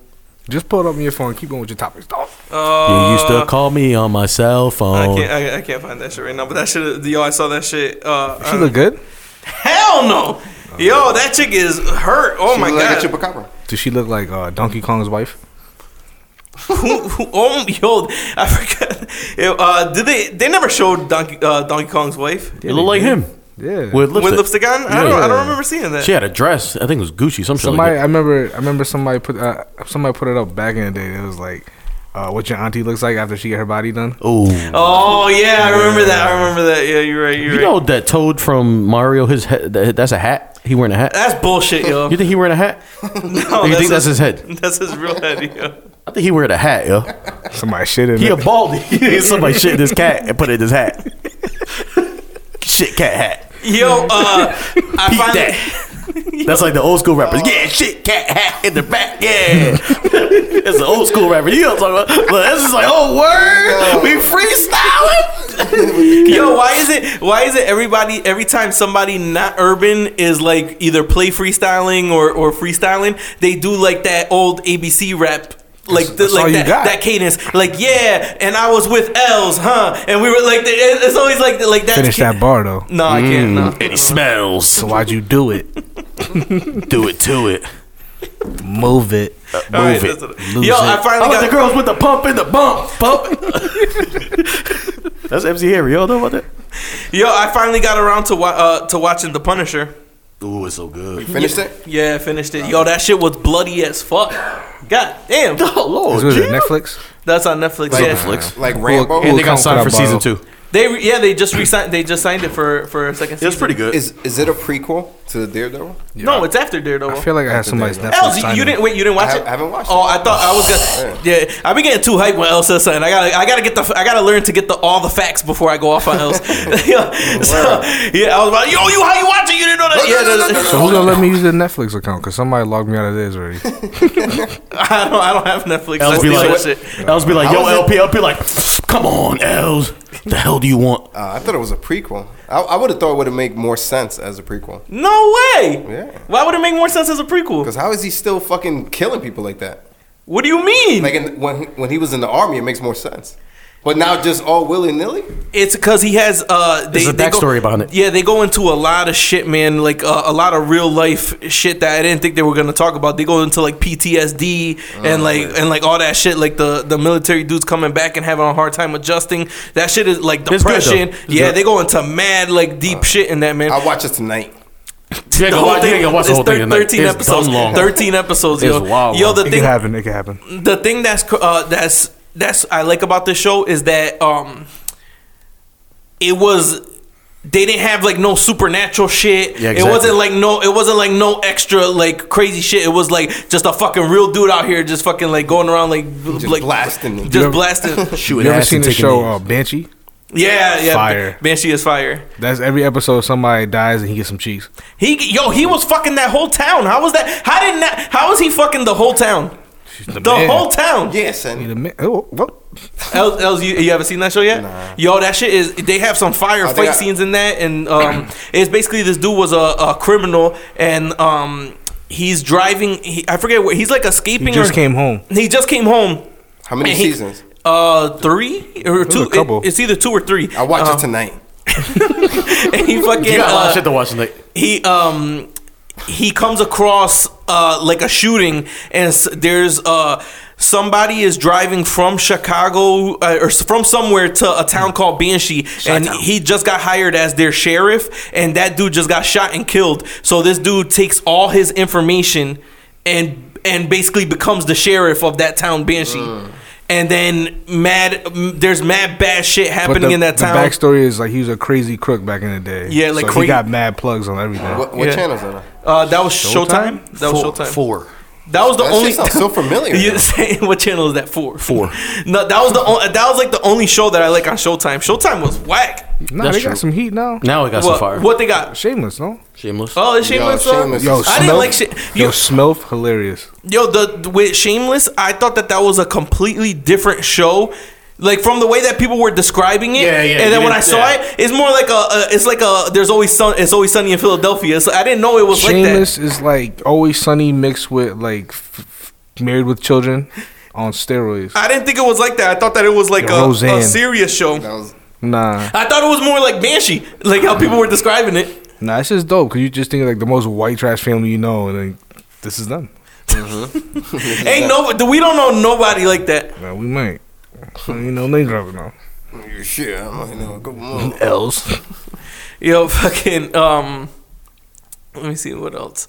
S4: Just pull it up on your phone. Keep going with your topics. dog.
S1: Uh,
S2: You used to call me on my cell
S1: I
S2: phone.
S1: can't I, I can't find that shit right now. But that shit, yo, I saw that shit. Uh,
S4: She
S1: uh,
S4: look good.
S1: hell no, yo, that chick is hurt. Oh my
S3: Look like a
S1: god.
S3: chupacabra.
S4: Does she look like uh, Donkey Kong's wife?
S1: Who- who- oh yo, I forgot. Yo, Uh, did they? They never showed Donkey uh, Donkey Kong's wife
S2: It looked like him
S4: Yeah.
S2: with lipstick.
S1: with lipstick on. I don't. I
S4: Yeah.
S1: don't remember seeing that.
S2: She had a dress. I think it was Gucci. Some shit
S4: somebody,
S2: like
S4: I remember. I remember somebody put uh, somebody put it up back in the day. It was like, uh, what your auntie looks like after she get her body done.
S2: that. Ooh.
S1: Oh yeah, I remember that. I remember that. Yeah, you're right. You're
S2: You
S1: right.
S2: know that Toad from Mario? His head, that- that's a hat. He wearing a hat.
S1: that's bullshit, yo.
S2: You think he wearing a hat?
S1: No,
S2: you think that's his head?
S1: That's his real head, yo.
S2: I think he wearing a hat, yo.
S4: Somebody shit in
S2: He a
S4: it.
S2: baldy. Somebody shit in his cat and put it in his hat. shit cat hat.
S1: Yo, uh, I
S2: Beat
S1: finally,
S2: that. That's like the old school rappers. Yeah, shit cat hat in the back. Yeah. That's the old school rapper. You know what I'm talking about? But that's just like, oh word. We freestyling.
S1: yo, why is it? Why is it everybody every time somebody not urban is like either play freestyling or or freestyling, they do like that old ABC rap. Like, the,
S4: that's all
S1: like
S4: you
S1: that,
S4: got.
S1: that cadence, like yeah, and I was with Els, huh? And we were like, the- it- it's always like, the- like that's
S4: Finish that bar Mm, though.
S1: No, I can't. No.
S2: and he smells.
S4: So why'd you do it?
S2: Do it to it.
S4: Move it.
S1: All right,
S2: Move it.
S1: that's-
S4: Lose
S1: Yo,
S4: it.
S1: I
S2: How
S1: finally
S2: about the
S1: got.
S2: girls with the pump and the bump? Pump. That's MC Harry. Y'all know about that?
S1: Yo, I finally got around to wa- uh, to watching The Punisher.
S2: Ooh, it's so good.
S3: Finished it?
S1: Yeah, I finished it. Yo, that shit was bloody as fuck. God damn,
S2: Oh
S4: This
S2: Lord,
S4: was it
S2: Jim.
S4: Netflix.
S1: that's on Netflix.
S3: Like,
S1: yeah.
S3: Like Rambo?
S4: Who-
S2: And
S4: who
S2: they got
S4: comes
S2: signed for
S4: with that
S2: season
S4: bottle?
S2: two.
S1: They yeah they just resigned they just signed it for for a second season.
S2: It's pretty good.
S3: Is is it a prequel to the Daredevil?
S1: No, it's after Daredevil.
S4: I feel like I had somebody's Netflix.
S1: Els, you-
S4: sign
S1: you
S4: in.
S1: didn't wait. You didn't watch
S3: I ha-
S1: it.
S3: I haven't watched
S1: Oh, I thought I was gonna. Yeah, I be getting too hyped when Els says something. I gotta, I gotta get the, I gotta learn to get the all the facts before I go off on Els. yeah,
S3: Oh,
S1: so, yeah, I was like, yo, you how you watch it? You didn't know that? Yeah, that-
S4: So who's gonna let me use the Netflix account? Cause somebody logged me out of theirs already.
S1: I don't, I don't have Netflix.
S2: Els
S1: That's
S2: be
S1: the
S2: like,
S1: other shit.
S2: Els be like, yo,
S3: How is
S2: LP,
S3: it-
S2: LP, like, come on, Els. The hell do you want?
S3: Uh, I thought it was a prequel. I, I would have thought it would have made more sense as a prequel.
S1: No way.
S3: Yeah.
S1: Why would it make more sense as a prequel?
S3: Because how is he still fucking killing people like that?
S1: What do you mean?
S3: Like in, when when he was in the army, it makes more sense. But now just all willy nilly.
S1: It's because he has. Uh, they,
S2: There's a
S1: they go-
S2: backstory behind it.
S1: Yeah, they go into a lot of shit, man. Like uh, a lot of real life shit that I didn't think they were gonna talk about. They go into like PTSD
S2: Oh,
S1: and like and like all that shit. Like the the military dudes coming back and having a hard time adjusting. That shit is like
S2: It's good, though.
S1: depression.
S2: It's
S1: yeah,
S2: good.
S1: they go into mad like deep shit in that man.
S3: I watch it tonight.
S2: You ain't
S1: the
S2: gonna
S1: whole
S2: watch- you ain't
S1: thing,
S2: gonna watch the
S1: it's
S2: whole thing
S1: thir-
S2: tonight.
S1: thirteen
S2: It's
S1: episodes.
S2: dumb long.
S1: Thirteen episodes. Yo,
S2: It's wild,
S1: yo,
S2: man.
S1: the
S4: It
S1: thing
S4: could happen. It could happen.
S1: the thing that's cr- uh, that's that's I like about this show is that um, it was they didn't have like no supernatural shit.
S2: Yeah,
S1: It
S2: exactly.
S1: wasn't like no, it wasn't like no extra like crazy shit. It was like just a fucking real dude out here just fucking like going around like
S3: Just
S1: like
S3: blasting them.
S1: just blasting.
S2: Shooting
S4: You ever
S2: ass
S4: seen
S2: and
S4: the
S2: taking
S4: show
S2: names.
S4: uh, Banshee?
S1: yeah, yeah.
S4: Fire.
S1: Banshee is fire.
S4: That's every episode somebody dies and he gets some cheese.
S1: He yo, he was fucking that whole town. How was that? How did that? How was he fucking the whole town? The,
S4: man.
S1: whole town.
S3: Yes, and
S4: Wait a minute. Oh, what?
S1: Els, Els you, you haven't seen that show yet? Yo, that shit is. They have some fire
S3: Oh, they
S1: fight
S3: got-
S1: scenes in that, and um, it's basically this dude was a, a criminal, and um, he's driving. He, I forget where he's like escaping.
S4: He just
S1: or-
S4: came home.
S1: He just came home.
S3: how many
S1: And he-
S3: seasons?
S1: Uh, three or
S4: was a
S1: two. it-
S4: couple.
S1: it's either two or three.
S3: I watch
S1: Uh,
S3: it tonight.
S1: and he fucking.
S2: You got a lot
S1: uh,
S2: of shit to watch tonight.
S1: he um he comes across uh like a shooting and s- there's uh somebody is driving from Chicago uh, or s- from somewhere to a town called Banshee and he just got hired as their sheriff and that dude just got shot and killed so this dude takes all his information and and basically becomes the sheriff of that town Banshee and then mad m- there's mad bad shit happening
S4: the,
S1: in that
S4: the
S1: town
S4: backstory is like he was a crazy crook back in the day.
S1: Yeah, like
S4: so
S1: cra-
S4: he got mad plugs on everything.
S3: What, what
S1: yeah.
S3: channels are there?
S1: uh that was Showtime,
S4: Showtime?
S1: that was Showtime
S2: Four.
S1: That was the
S3: That shit
S1: only.
S3: sounds so familiar.
S1: You saying what channel is that for?
S2: Four.
S1: No, that was the only, that was like the only show that I like on Showtime. Showtime was whack.
S4: Nah,
S2: That's
S4: they
S2: true.
S4: got some heat now.
S2: Now I got some
S1: What,
S2: fire.
S1: what they got?
S4: Shameless, no?
S2: Shameless.
S1: Oh, it's shameless.
S3: Yo,
S1: though?
S3: Shameless
S4: Yo,
S3: is-
S1: I didn't
S4: Smilf-
S1: like shit.
S4: Yo,
S1: Yo,
S4: Smilf, hilarious.
S1: yo, the with Shameless, I thought that that was a completely different show. Like from the way that people were describing it,
S2: Yeah, yeah,
S1: and then
S2: you
S1: when I
S2: didn't-
S1: saw
S2: yeah.
S1: it, it's more like a, a, it's like a, there's always sun, it's always sunny in Philadelphia. So I didn't know it was like
S4: Shameless is like always sunny mixed with like f- f- married with children on steroids.
S1: that. I didn't think it was like that. I thought that it was like
S4: Yo,
S1: a, a
S4: Roseanne.
S1: serious show.
S3: That was
S4: Nah,
S1: I thought it was more like Banshee, like how people were describing it.
S4: nah, it's just dope because you just think of like the most white trash family you know, and then this is them.
S1: Ain't no, we don't know nobody like that.
S4: Nah, we might. You know, name dropping now.
S3: shit. I'm like, no, come on.
S2: L's.
S1: Yo, fucking. Um, let me see what else.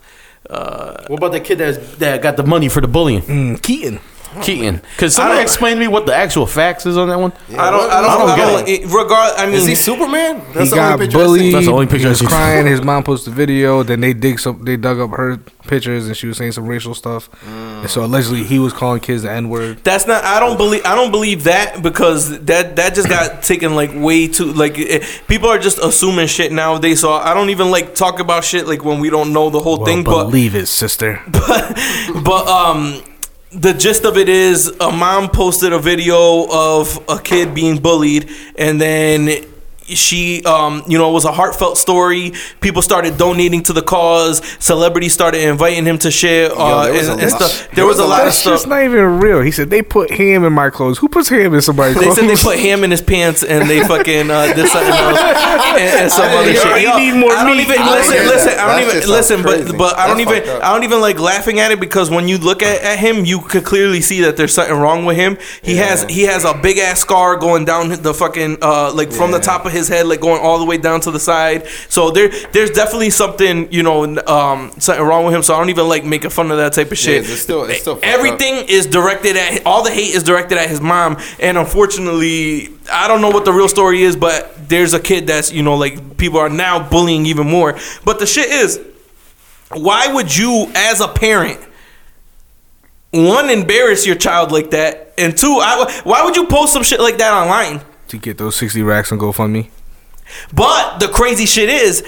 S1: Uh,
S2: What about the kid that's, that got the money for the bullying?
S4: Mm, Keaton.
S2: Keaton. Could
S1: I
S2: somebody
S1: don't-
S2: explain to me what the actual facts is on that one?
S1: I don't. I don't. I
S2: I
S1: don't,
S2: don't
S1: it- regard. I
S3: Is he
S1: mean,
S3: Superman? That's
S4: he got
S3: I
S4: bullied.
S3: seen.
S2: That's the only picture
S4: he
S2: I
S4: was
S2: seen.
S4: crying. His mom posted a video. Then they dig some. They dug up her pictures, and she was saying some racial stuff. And so allegedly, he was calling kids the N word.
S1: that's not. I don't believe. I don't believe that because that that just got taken like way too. Like it, people are just assuming shit nowadays. So I don't even like talk about shit like when we don't know the whole thing. But
S4: believe it, sister.
S1: but but um the gist of it is a mom posted a video of a kid being bullied and then she um you know it was a heartfelt story people started donating to the cause celebrities started inviting him to shit uh,
S3: there was
S1: and,
S3: a
S1: and
S3: lot-
S1: stuff there was a lot of
S4: That's
S1: stuff
S4: just not even real. He said they put ham in my clothes. Who puts ham in somebody's
S1: they
S4: clothes?
S1: said they put ham in his pants and they fucking uh, did something else and, and some
S3: I
S1: other
S3: didn't hear
S1: shit.
S3: it.
S1: Yo,
S4: You need more
S1: I don't
S4: meat.
S1: even
S3: I
S1: listen.
S3: didn't hear
S1: Listen,
S3: that.
S1: I
S3: That
S1: don't
S3: shit
S1: even
S3: sounds
S1: listen. But
S3: crazy.
S1: but I don't
S3: That's
S1: even
S3: fucked up.
S1: I don't even like laughing at it because when you look at, at him, you could clearly see that there's something wrong with him. He has he has a big ass scar going down the fucking uh like from the top of his head, like going all the way down to the side. So there there's definitely something you know um something wrong with him. So I don't even like making fun of that type of shit.
S3: it's still- it's still fucked up.
S1: Everything is directed at all the hate is directed at his mom and unfortunately i don't know what the real story is but there's a kid that's you know like people are now bullying even more but the shit is why would you as a parent one embarrass your child like that and two I, why would you post some shit like that online
S4: to get those sixty racks on GoFundMe.
S1: but the crazy shit is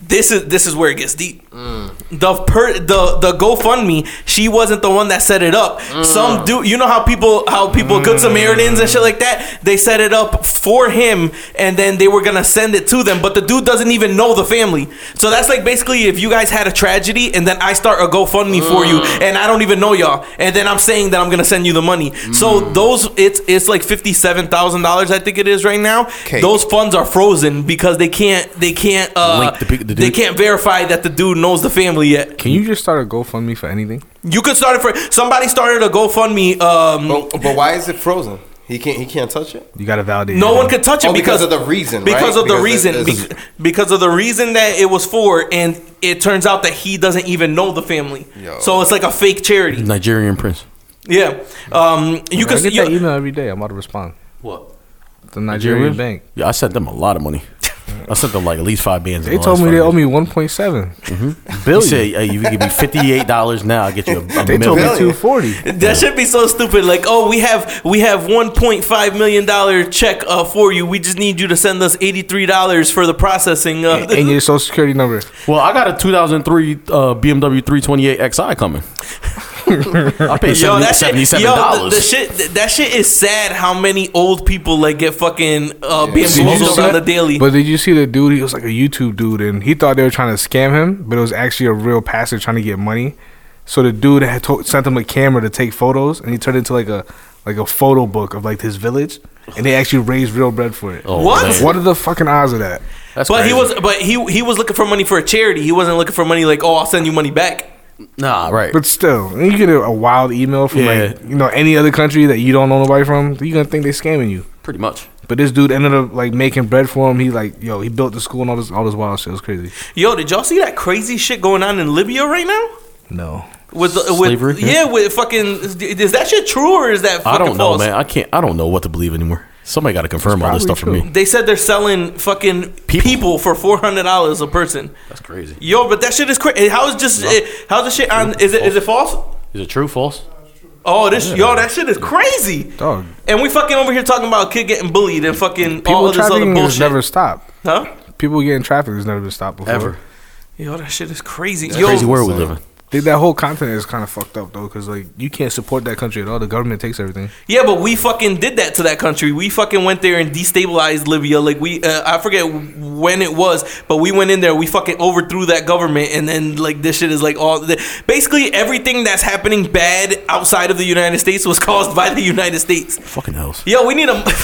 S1: this is this is where it gets deep The per the the GoFundMe, she wasn't the one that set it up. Some dude, you know how people how people Good Samaritans and shit like that, they set it up for him, and then they were gonna send it to them. But the dude doesn't even know the family, so that's like basically if you guys had a tragedy, and then I start a GoFundMe for you, and I don't even know y'all, and then I'm saying that I'm gonna send you the money. So those it's it's like fifty seven thousand dollars I think it is right now.
S3: Cake.
S1: Those funds are frozen because they can't they can't uh
S2: Link the pe- the
S1: they
S2: dude.
S1: can't verify that the dude knows the family yet.
S4: Can you just start a GoFundMe for anything?
S1: You could start it for somebody started a GoFundMe. Um,
S3: But, but why is it frozen? He can't. He can't touch it.
S4: You gotta validate.
S1: no
S4: it.
S1: one could touch it
S3: Oh,
S1: because,
S3: because of the reason, right?
S1: Because of the
S3: Because it-
S1: reason,
S3: it's-
S1: bec- because of the reason that it was for, and it turns out that he doesn't even know the family.
S3: Yo.
S1: So it's like a fake charity.
S2: Nigerian prince.
S1: Yeah, um, you
S4: I
S1: could.
S4: get
S1: You,
S4: that email every day. I'm about to respond.
S2: What?
S4: The Nigerian
S2: Nigerian?
S4: bank.
S2: Yeah, I sent them a lot of money. I sent them like at least five bands. in
S4: They
S2: the
S4: told
S2: last
S4: me
S2: five
S4: they
S2: years.
S4: owe me 1.7 billion.
S2: He said, hey, you can give me fifty eight dollars now. I'll get you a, a
S4: They
S2: mill.
S4: told me
S3: Billion.
S4: 240.
S1: that should be so stupid. Like, oh, we have we have one point five million dollar check uh, for you. We just need you to send us eighty three dollars for the processing. Uh,
S4: and your social security number.
S2: Well, I got a 2003 uh, BMW 328 Xi coming. I paid
S1: Yo,
S2: 70,
S1: that shit,
S2: $77.
S1: yo, the, the shit, th- that shit is sad. How many old people like get fucking uh, being
S4: Did you
S1: blown
S4: see
S1: up on the
S4: that?
S1: daily?
S4: But did you see the dude? He was like a YouTube dude, and he thought they were trying to scam him, but it was actually a real pastor trying to get money. So the dude had to- sent him a camera to take photos, and he turned into like a like a photo book of like his village, and they actually raised real bread for it.
S2: Oh,
S1: What?
S2: man.
S4: What are the fucking odds of that?
S2: That's
S1: but he
S2: crazy.
S1: was, but he he was looking for money for a charity. He wasn't looking for money like, oh, I'll send you money back.
S2: Nah, right.
S4: But still, you get a, a wild email from
S2: Yeah.
S4: like you know any other country that you don't know nobody from, you gonna think they scamming you.
S2: Pretty much.
S4: But this dude ended up like making bread for him. He like yo, he built the school and all this all this wild shit. It was crazy.
S1: Yo, did y'all see that crazy shit going on in Libya right now?
S4: No,
S1: With, the- with
S2: Slavery?
S1: yeah, with fucking is, is that shit true or is that
S2: I
S1: fucking
S2: don't know,
S1: false?
S2: man. I can't. I don't know what to believe anymore. Somebody got to confirm all this
S4: probably
S2: stuff for me.
S1: They said they're selling fucking people,
S2: People.
S1: for four hundred dollars a person.
S2: That's crazy.
S1: Yo, but that shit is crazy. How is just it, how's the shit on? Is it is it false?
S2: Is it true? False?
S1: Oh, this yo, that shit is crazy.
S4: dog.
S1: And we fucking over here talking about a kid getting bullied and fucking all
S4: People
S1: of this other
S4: trafficking
S1: bullshit.
S4: has never stopped.
S1: huh?
S4: People getting trafficked has never been stopped before.
S2: Ever?
S1: Yo, that shit is crazy.
S2: It's a
S1: Yo,
S2: crazy world we live in.
S4: Think that whole continent is kind of fucked up though, because like you can't support that country at all. The government takes everything.
S1: Yeah, but we fucking did that to that country. We fucking went there and destabilized Libya. Like we, uh, I forget when it was, but we went in there. We fucking overthrew that government, and then like this shit is like all the, basically everything that's happening bad outside of the United States was caused by the United States.
S2: Fucking hells.
S1: Yo, we need a.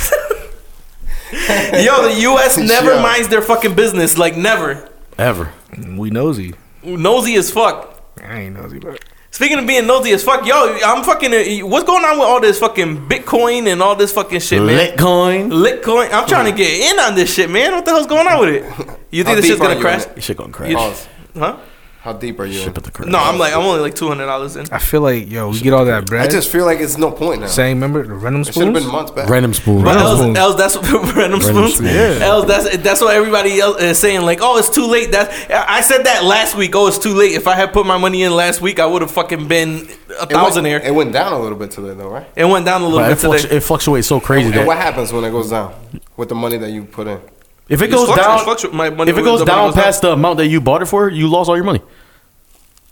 S1: Yo, the U.S. never
S3: Yeah.
S1: minds their fucking business. Like never.
S2: Ever.
S4: We nosy.
S1: Nosy as fuck.
S4: I ain't nosy, but
S1: Speaking of being nosy as fuck, yo, I'm fucking. What's going on with all this fucking Bitcoin and all this fucking shit, man?
S2: Bitcoin.
S1: Litcoin. I'm trying to get in on this shit, man. What the hell's going on with it? You
S3: How
S1: think this
S3: deep
S1: shit's
S3: are
S1: gonna
S3: you
S1: crash?
S3: in
S2: Shit gonna crash.
S1: You-
S3: Pause.
S1: Huh?
S3: How deep are you?
S2: Shit
S3: In?
S2: about to crash.
S1: No, I'm like I'm only like two hundred dollars in.
S4: I feel like yo, we get all that
S3: I
S4: bread.
S3: just feel like it's no point now. It
S4: Same, remember the random
S3: should have
S4: spoons?
S3: been months back.
S2: Random spoon.
S1: But
S4: Random
S1: else,
S4: spoons.
S1: else that's random spoons.
S2: spoons.
S1: Yeah. Else that's that's what everybody else is saying. Like, oh, it's too late. That I I said that last week. Oh, it's too late. If I had put my money in last week, I would have fucking been a
S3: It went,
S1: thousandaire.
S3: it went down a little bit today, though, right?
S1: It went down a little
S2: But it,
S1: bit
S2: fluctu-
S1: today.
S2: it fluctuates so crazy
S3: And what
S2: that
S3: happens when it goes down with the money that you put in?
S2: if it
S1: It
S2: goes
S1: fluctu- it
S2: down,
S1: fluctu- my money-
S2: if it
S1: the
S2: goes
S1: money
S2: down
S1: goes down.
S2: past the amount that you bought it for, you lost all your money.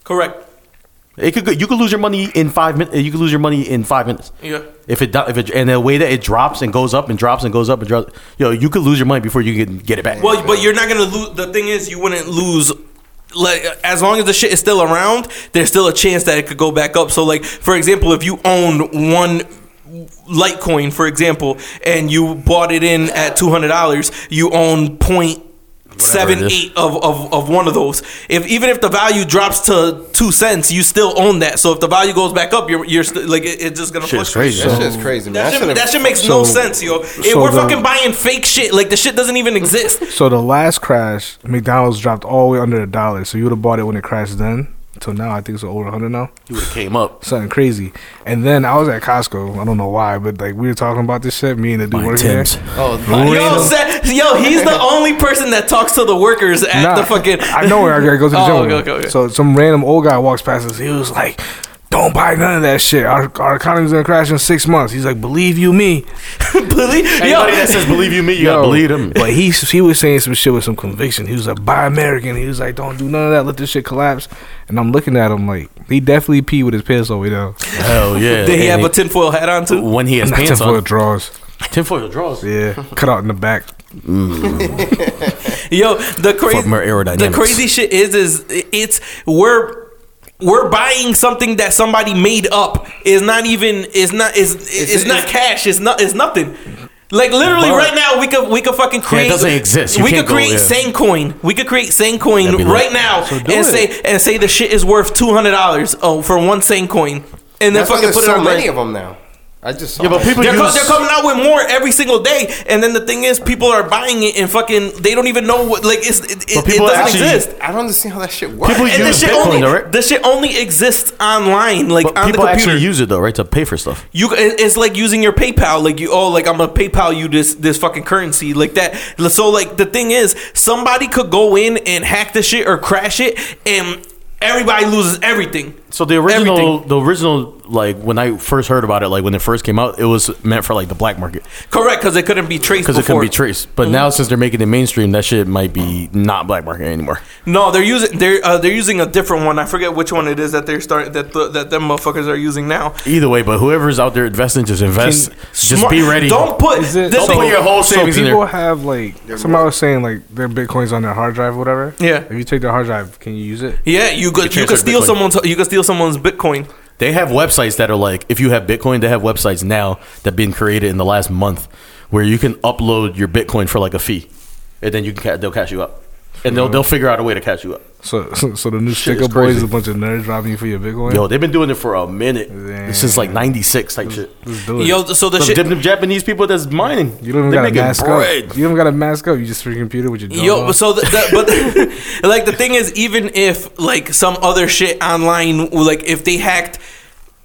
S1: Correct.
S2: It could go, you could lose your money in five minutes. You could lose your money in five minutes.
S1: Yeah.
S2: If it do- if it, and the way that it drops and goes up and drops and goes up and drops, yo, you could lose your money before you can get it back.
S1: Well, but you're not gonna lose. The thing is, you wouldn't lose. Like as long as the shit is still around, there's still a chance that it could go back up. So, like for example, if you owned one Litecoin, for example, and you bought it in at two hundred dollars, you own point seven
S2: it is.
S1: eight of, of, of one of those. If even if the value drops to two cents, you still own that. So if the value goes back up, you're you're st- like it, it's just gonna
S2: Shit, it's
S1: fluctuate.
S2: crazy.
S3: That shit's crazy, man.
S1: That shit,
S3: should've-
S1: that shit makes no
S4: So-
S1: sense, yo. It,
S4: so
S1: we're
S4: the-
S1: fucking buying fake shit. Like the shit doesn't even exist.
S4: So the last crash, McDonald's dropped all the way under a dollar. So you would have bought it when it crashed then. Till now, I think it's over 100 now.
S2: you would have came up.
S4: Something crazy. And then I was at Costco. I don't know why, but like we were talking about this shit. Me and the dude
S2: Mine
S4: working there.
S2: Tim's.
S3: Oh,
S1: Yo,
S4: Random-
S1: Sa- yo, he's the only person that talks to the workers at
S4: Nah,
S1: the fucking.
S4: I know where I gotta go to the
S1: Oh,
S4: gym.
S1: okay, okay, okay.
S4: So some random old guy walks past us. He was like, Don't buy none of that shit. Our, our economy's gonna crash in six months. He's like, believe you me.
S1: Believe,
S2: Anybody that says believe you me, you gotta
S4: Yo,
S2: believe them.
S4: But he he was saying some shit with some conviction. He was like, "Buy American." He was like, "Don't do none of that. Let this shit collapse." And I'm looking at him like he definitely peed with his pants all the way down.
S2: Hell yeah.
S1: Did he
S2: And
S1: have a tinfoil hat on too?
S2: when he has
S4: Not
S2: pants
S4: tinfoil
S2: on,
S4: draws.
S2: tinfoil draws.
S4: Yeah, cut out in the back.
S1: Yo, the crazy
S2: Fuck more aerodynamics.
S1: the crazy shit is is it's we're we're buying something that somebody made up. It's not even it's not it's it's,
S3: It's-
S1: not
S3: it's-
S1: cash. It's not it's nothing. Like literally
S2: Bar-
S1: right now we could we could fucking create
S2: doesn't exist. You
S1: we
S2: can't
S1: could
S2: go-
S1: create
S2: yeah.
S1: sane coin. We could create sane coin
S2: That'd be lit.
S1: right now and
S4: do it.
S1: say and say the shit is worth two hundred dollars oh for one sane coin. And then
S3: That's why
S1: fucking
S3: there's
S1: put it
S3: so
S1: on
S3: many
S1: many
S3: of them now. I just saw
S2: Yeah, but
S3: that.
S2: people
S1: they're, co-
S2: use.
S1: they're coming out with more every single day, and then the thing is, people are buying it and fucking. They don't even know what like it's, it, it, it
S2: people
S1: doesn't
S2: actually-
S1: exist.
S3: I don't understand how that shit works.
S2: People
S1: And
S2: use-
S1: this shit
S2: Bitcoin,
S1: only
S2: though, right?
S1: this shit only exists online, like
S2: but
S1: on the
S2: people
S1: computer.
S2: actually use it though, right, to pay for stuff.
S1: you it- it's like using your PayPal, like you oh like I'm gonna PayPal you this this fucking currency like that. So like the thing is, somebody could go in and hack the shit or crash it, and everybody loses everything.
S2: So the original,
S1: Everything.
S2: the original, like when I first heard about it, like when it first came out, it was meant for like the black market
S1: Correct, because it couldn't be traced.
S2: because it
S1: before.
S2: couldn't
S1: Mm-hmm.
S2: be traced. But now since they're making it mainstream, that shit might be not black market anymore.
S1: No, they're using they're uh, they're using a different one. I forget which one it is that they're start that the, that them motherfuckers are using now.
S2: Either way, but whoever's out there investing, just invest. just
S1: Smart-
S2: be ready.
S1: Don't put
S4: Is it-
S1: this
S2: Don't put
S1: thing-
S2: your whole
S4: So
S2: savings in
S4: people
S2: there.
S4: have like somebody was saying like their bitcoins on their hard drive or whatever.
S1: Yeah.
S4: If you take their hard drive, can you use it?
S1: Yeah, you could you
S2: transfer
S1: could steal
S2: Bitcoin.
S1: someone's you could steal someone's Bitcoin.
S2: They have websites that are like, if you have Bitcoin, they have websites now that been created in the last month where you can upload your Bitcoin for like a fee, and then you can ca- they'll cash you up, and they'll they'll figure out a way to cash you up.
S4: So so the new
S2: Shit is
S4: sticker boys is
S2: crazy.
S4: a bunch of nerds robbing you for your bitcoin.
S2: Yo, they've been doing it for a minute
S4: Damn.
S2: since like '96 type shit.
S4: Let's do it.
S1: Yo, so the
S2: The
S1: shit.
S2: them Japanese people that's mining,
S4: you don't
S2: they're
S4: even got to
S2: making
S4: mask
S2: bread.
S4: up. You don't got to mask up. You just freaking computer with your dog.
S1: Yo, so the, the, but the, like the thing is, even if like some other shit online, like if they hacked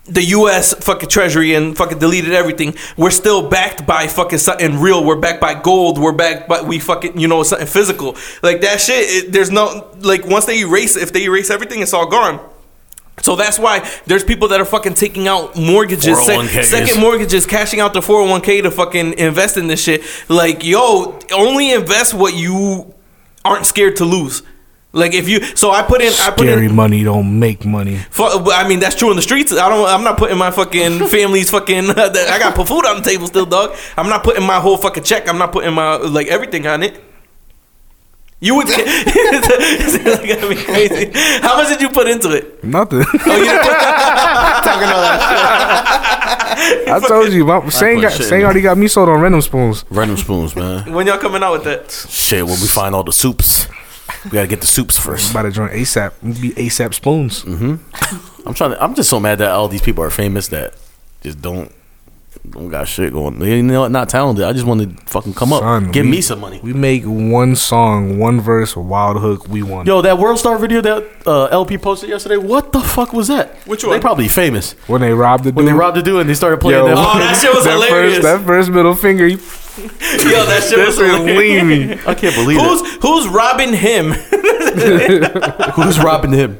S1: the U.S. fucking Treasury and fucking deleted everything, we're still backed by fucking something real. We're backed by gold. We're backed by we fucking you know something physical. Like that shit. It, there's no like once they erase, if they erase everything, it's all gone. So that's why there's people that are fucking taking out mortgages, sec-
S2: 401ks.
S1: second mortgages, cashing out the 401k to fucking invest in this shit. Like, yo, only invest what you aren't scared to lose. Like if you, so I put in, I put
S4: Scary
S1: in.
S4: money don't make money.
S1: Fu- but I mean, that's true in the streets. I don't. I'm not putting my fucking family's fucking. that- I got to put food on the table still, dog. I'm not putting my whole fucking check. I'm not putting my like everything on it. You would. It's gonna be crazy. How much did you put into it?
S4: Nothing.
S1: Oh, you didn't put-
S3: talking all that
S4: I told you, my, Shane,
S2: put
S4: got,
S2: shit in
S4: Shane
S2: it.
S4: already got me sold on random spoons.
S2: Random spoons, man.
S1: When y'all coming out with that?
S2: Shit, when we find all the soups, we gotta get the soups first.
S4: About to join ASAP. It'd Be ASAP spoons.
S1: Mm-hmm.
S2: I'm trying. To, I'm just so mad that all these people are famous that just don't don't got shit going. They know not talented. I just want to fucking come up,
S4: Son,
S2: give
S4: we-
S2: me some money.
S4: We make one song, one verse, a wild hook. We won.
S2: Yo, that World Star video that uh, LP posted yesterday. What the fuck was that?
S1: Which
S2: They
S1: one?
S2: probably famous
S4: When they robbed the dude,
S2: when they robbed the dude and they started playing
S4: Yo.
S2: that.
S1: Oh,
S2: fucking-
S1: that shit was
S4: that
S1: hilarious.
S4: first that first middle finger, he
S1: Yo, that shit was hilarious.
S4: leaving.
S2: I can't believe it.
S1: Who's who's robbing him?
S2: Who's robbing him?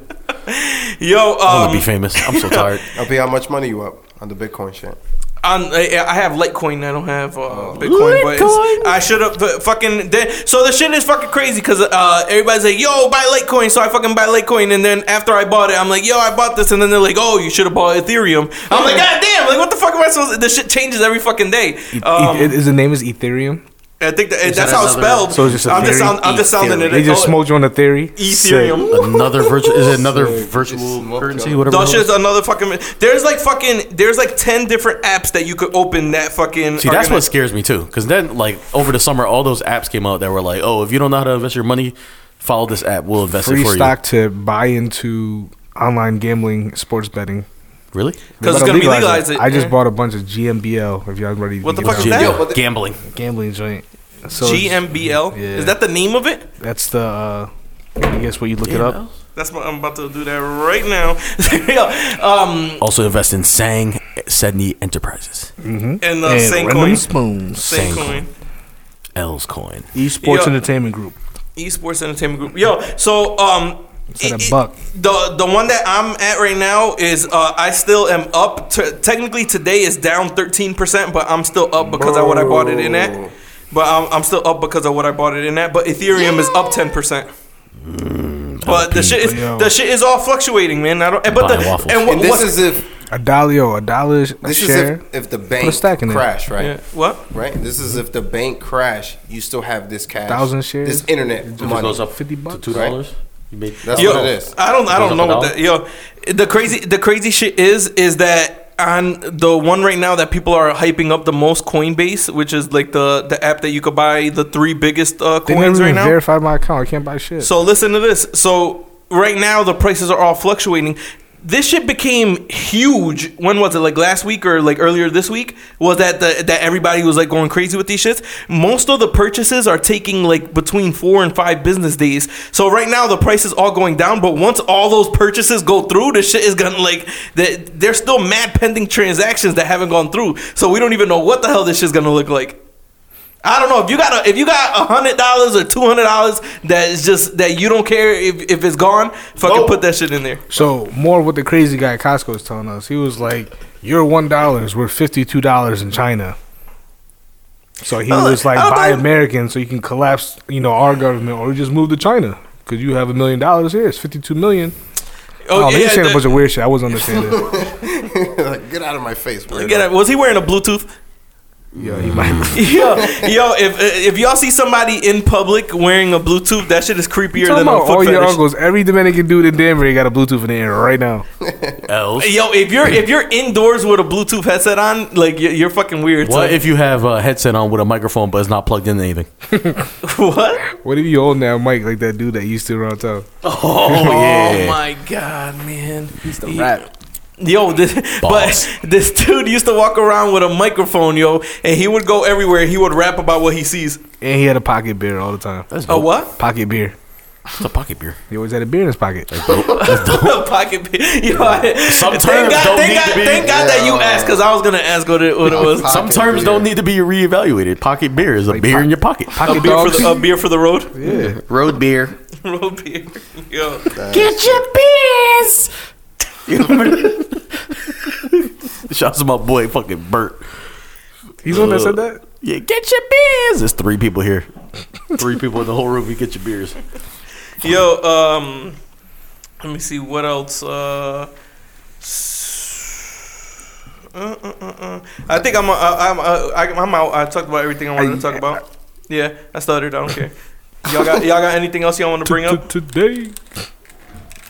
S1: Yo,
S2: I want to
S1: um,
S2: be famous. I'm so tired.
S3: I'll be how much money you up on the Bitcoin shit.
S1: on, I, I have Litecoin. I don't have uh, Bitcoin, but it's, I should have but fucking. Then, so the shit is fucking crazy because uh, everybody's like, "Yo, buy Litecoin." So I fucking buy Litecoin, and then after I bought it, I'm like, "Yo, I bought this," and then they're like, "Oh, you should have bought Ethereum." I'm like, "God damn!" Like, what the fuck am I supposed? to... This shit changes every fucking day. Um,
S4: It- it- E, Is the name is Ethereum?
S1: I think that, that's
S2: that
S1: how it's
S2: another-
S1: spelled.
S4: so it's just a
S1: I'm just
S4: theory?
S1: sound, I'm just sounding it. Oh,
S4: They just smoked you on a theory.
S1: Ethereum.
S2: another virtual is it another virtual
S3: Just-
S2: currency? Whatever.
S1: Dutch
S2: it was?
S1: is another fucking. There's like fucking. There's like ten different apps that you could open that fucking.
S2: See,
S1: are
S2: that's
S1: gonna-
S2: what scares me too. Because then, like over the summer, all those apps came out that were like, "Oh, if you don't know how to invest your money, follow this app. We'll invest
S4: Free
S2: it for
S4: stock to buy into online gambling, sports betting.
S2: you." Really?
S1: 'Cause it's
S4: About to
S1: gonna be
S4: legalize
S1: legalized,
S4: I just
S1: yeah.
S4: bought a bunch of GMBL. If y'all ready, to
S1: What the
S4: get
S1: fuck is
S4: down.
S1: that?
S2: Yo,
S3: but the-
S2: gambling.
S4: Gambling joint. So it's-
S1: GMBL.
S4: Yeah.
S1: Is that the name of it?
S4: That's the. Uh, I guess what you look it up.
S1: That's what I'm about to do that right now. Yeah. um,
S2: Also invest in Sang Sedney Enterprises,
S1: and uh,
S4: And
S1: same
S4: Random
S1: coin.
S4: Spoons.
S1: Same
S2: Same
S1: coin.
S2: L's Coin.
S4: Esports
S1: Yo.
S4: Entertainment Group.
S1: Esports Entertainment Group. Yo, so um,
S4: instead
S1: It-
S4: of
S1: it-
S4: buck.
S1: The the one that I'm at right now is uh, I still am up. To, technically today is down 13%, but I'm still up because of what I bought it in at.
S3: Bro.
S1: But I'm, I'm still up because of what I bought it in at. But Ethereum is up 10%. But the shit is
S4: Mm. Yo.
S1: the shit is all fluctuating, man. I don't. and- But
S2: Buying
S1: the,
S2: waffles.
S1: and what,
S3: And this
S1: what,
S3: is if
S4: A dollar, yo, a dollar a
S3: this
S4: share.
S3: is if, if the bank
S4: stack in there.
S3: crash, right?
S1: yeah, what?
S3: Right. This is if the bank crash, you still have this cash,
S4: Thousand shares?
S3: this internet
S2: If it
S3: money.
S2: goes up
S4: 50 bucks,
S2: to two dollars. You make
S3: That's
S1: Yo,
S3: what it is.
S1: I don't. I
S2: Goes
S1: don't know
S2: up
S1: what
S2: and
S1: that. Yo, the crazy. The crazy shit is is that on the one right now that people are hyping up the most Coinbase, which is like the the app that you could buy the three biggest uh,
S4: they never
S1: coins right
S4: even
S1: now.
S4: verified my account. I can't buy shit.
S1: So listen to this. So right now the prices are all fluctuating. This shit became huge. When was it? Like last week or like earlier this week? Was that the, that everybody was like going crazy with these shits? Most of the purchases are taking like between four and five business days. So right now the price is all going down. But once all those purchases go through, the shit is gonna like that. There's still mad pending transactions that haven't gone through. So we don't even know what the hell this shit's gonna look like. I don't know if you got a, if you got a hundred dollars or two hundred dollars that is just that you don't care if, if it's gone. Fucking
S2: Whoa.
S1: put that shit in there.
S4: So more what the crazy guy at Costco is telling us. He was like, "Your one dollar is worth fifty two dollars in China." So he
S1: Oh,
S4: was like,
S1: I don't
S4: "Buy
S1: know.
S4: American, so you can collapse, you know, our government, or just move to China because you have a million dollars here. It's fifty two million. Oh,
S1: yeah,
S4: he's saying
S1: the-
S4: a bunch of weird shit. I wasn't understanding.
S3: like, get out of my face, weirdo.
S1: Get it. Was he wearing a Bluetooth?
S4: yeah, he might.
S1: yo, yo, if if y'all see somebody in public wearing a Bluetooth, that shit is creepier
S4: Talking
S1: than a
S4: about all
S1: foot
S4: your
S1: fetish.
S4: uncles, every Dominican dude in Denver got a Bluetooth in the air right now.
S2: L's.
S1: Yo, if you're if you're indoors with a Bluetooth headset on, like you're, you're fucking weird.
S2: What
S1: so-
S2: if you have a headset on with a microphone but it's not plugged in to anything?
S1: what?
S4: What if you own that mic like that dude that used to around town?
S2: Oh
S1: Oh my god, man. He's the
S4: rat.
S1: Yo, this,
S2: Boss.
S1: but this dude used to walk around with a microphone, yo, and he would go everywhere. He would rap about what he sees.
S4: And he had a pocket beer all the time.
S2: That's
S1: A
S2: dope.
S1: what?
S4: Pocket beer.
S2: It's a pocket beer.
S4: He always had a beer in his pocket.
S1: Pocket pi- Yo, I,
S2: Sometimes
S1: thank God,
S2: don't
S1: thank
S2: need
S1: God,
S2: to be-
S1: thank God that you
S3: Yeah.
S1: asked, because I was gonna ask what it, what it was.
S3: Pocket
S2: Some terms
S3: beer.
S2: don't need to be reevaluated. Pocket beer is a beer
S4: po-
S2: in your pocket.
S1: A
S4: Pocket
S1: beer for
S4: dogs.
S1: the a beer for the road.
S4: yeah.
S2: Road beer.
S1: road beer. Yo,
S2: Get your beers. You remember that? Shouts to my boy fucking Bert.
S4: He's the one that said that?
S2: Yeah, get your beers. There's three people here. Three people in the whole room. You get your beers.
S1: yo. Um, let me see what else. Uh, uh, uh, uh, uh. I think I'm uh, I'm uh, I- I'm out. I talked about everything I wanted to talk about. Yeah, I stuttered. I don't care. Y'all got y'all got anything else y'all want to bring up?
S4: Today.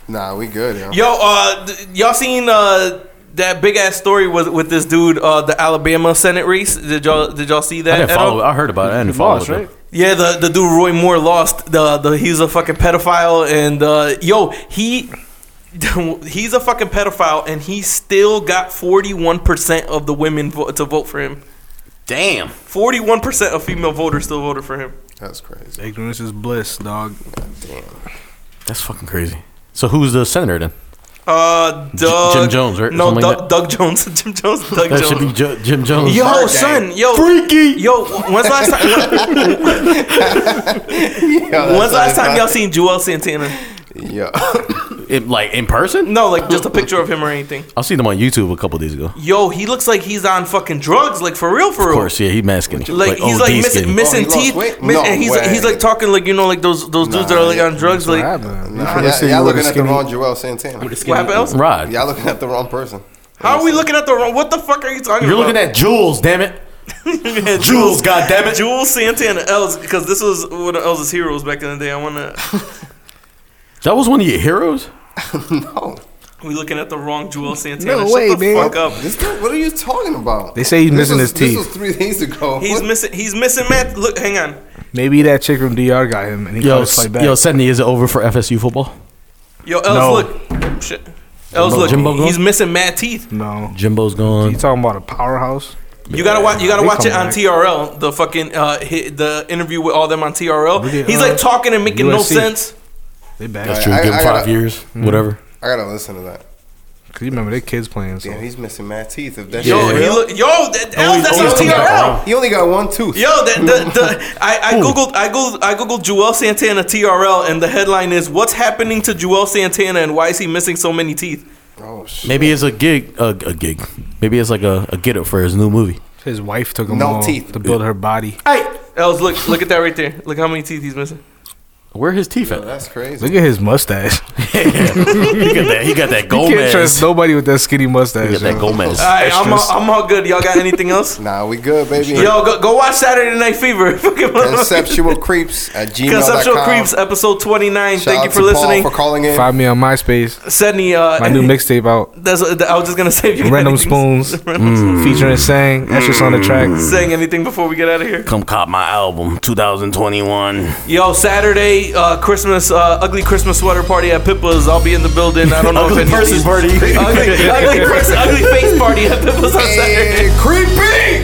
S3: Nah, we good. Yo.
S1: Yo, uh, th- y'all seen uh that big ass story with with this dude, uh, the Alabama Senate race? Did y'all did y'all see
S2: I
S1: that?
S2: didn't
S1: at all?
S2: follow. I heard about it. I didn't follow
S4: Boss,
S2: it.
S4: right?
S1: Yeah, the the dude Roy Moore lost. The the he's a fucking pedophile, and uh, yo, he. He's a fucking pedophile, and he still got forty-one percent of the women vo- to vote for him.
S2: Damn.
S1: Forty-one percent of female voters still voted for him.
S3: That's crazy.
S4: Ignorance is bliss, dog.
S2: That's fucking crazy. So who's the senator then?
S1: Uh, Doug,
S2: Jim Jones, right? Or
S1: No,
S2: something like
S1: Doug, Doug Jones, Jim Jones, Doug
S2: That
S1: Jones.
S2: should be jo- Jim Jones.
S1: Yo,
S3: Bird
S1: son,
S3: gang.
S1: yo,
S2: Freaky.
S1: yo. When's last time? when's last time y'all seen Joel Santana?
S3: Yo.
S2: In- like in person?
S1: No, like just a picture of him or anything.
S2: I seen him on YouTube a couple days ago. Of
S1: Yo, he looks like he's on fucking drugs, like for real, for real.
S2: course, yeah, he masking.
S1: Like, he's like missing, missing
S3: Oh, he lost
S1: teeth,
S3: weight?
S1: miss-
S3: No
S1: and he's
S3: way.
S1: he's like talking like you know like those those dudes that are like on drugs. Like
S4: What happened?
S3: Nah,
S4: You finna
S3: y'all-
S4: say you
S3: y'all
S4: were the
S3: looking at the
S4: skinny-
S3: wrong Joel Santana.
S1: what happened else?
S2: Rod,
S3: Y'all looking at the wrong person.
S1: How are we looking at the wrong? What the fuck are you talking
S2: you're
S1: about?
S2: looking at Jules. Damn it.
S1: at
S2: Jules, goddammit.
S1: Jules Santana Els, because this was one of Els's heroes back in the day. I wanna.
S2: That was one of your heroes.
S3: no.
S1: we looking at the wrong Jules Santana.
S4: No
S1: Shut
S4: way,
S1: the
S4: man.
S1: fuck up.
S3: This dude, what are you talking about?
S4: They say he's missing
S3: was,
S4: his teeth.
S3: This was three days ago.
S1: He's
S3: What-
S1: missing. He's missing math. Look, hang on.
S4: Maybe that chick from DR got him and he
S2: Yo,
S4: got his
S2: s-
S4: fight back.
S2: yo, Sydney, is it over for FSU football?
S1: Yo, Els,
S4: No.
S1: look. Shit. Els,
S2: Jimbo-
S1: look.
S2: Jimbo
S1: he's
S2: Glow?
S1: missing mad teeth.
S4: no.
S2: Jimbo's gone.
S4: You talking about a powerhouse?
S1: You gotta watch. You gotta
S4: They
S1: watch it
S4: come
S1: on
S4: back.
S1: TRL. The fucking uh, hi the interview with all them on TRL.
S4: Look at,
S1: He's
S4: uh,
S1: like talking and making no
S4: USC.
S1: sense.
S4: They back.
S2: That's true.
S3: I-
S2: Give
S3: I
S2: him
S3: gotta-
S2: five years, whatever.
S3: I gotta listen to that.
S4: Cause you remember their kids playing. So.
S3: Damn, he's missing mad teeth. If that
S1: Yo,
S3: shit
S1: he
S3: real.
S1: look, yo, that, L, that's
S2: only
S1: on
S2: two
S1: TRL.
S3: he only got one tooth.
S1: Yo, that the, the I, I googled I googled I googled Joel Santana TRL and the headline is what's happening to Joel Santana and why is he missing so many teeth?
S3: Oh shit.
S2: Maybe it's a gig, a, a gig. Maybe it's like a, a get up for his new movie.
S4: His wife took him
S3: No
S4: all
S3: teeth.
S4: to build her body.
S1: Hey, Els, look look at that right there. Look how many teeth he's missing.
S2: Where his teeth
S3: Yo,
S2: at?
S3: that's crazy.
S4: Look at his mustache.
S2: he got that. He got that
S4: You can't
S2: Gomez.
S4: trust nobody with that skinny
S2: He
S4: mustache.
S2: got that
S4: yo.
S2: Gomez.
S1: All right, I'm all, I'm all good. Y'all got anything else?
S3: Nah, we good, baby.
S1: Yo, go, go watch Saturday Night Fever. Fucking
S3: Conceptual creeps at gmail.com.
S1: Conceptual Creeps, episode 29.
S3: Shout
S1: Thank
S3: out
S1: you for
S3: to Paul
S1: listening.
S3: for calling in.
S4: Find me on MySpace.
S1: Sending uh,
S4: My new mixtape out.
S1: That's what, I was just gonna say. If you got
S4: Random
S1: anything-
S4: Spoons featuring Sang. That's just on the track.
S1: Saying anything before we get out of here?
S2: Come cop my album, 2021.
S1: Yo, Saturday, uh, Christmas, uh, ugly Christmas sweater party at Pippa's. I'll be in the building. I don't know if any of these-
S2: party.
S1: ugly, ugly, person, ugly face party at Pippa's on Saturday.
S3: And creepy!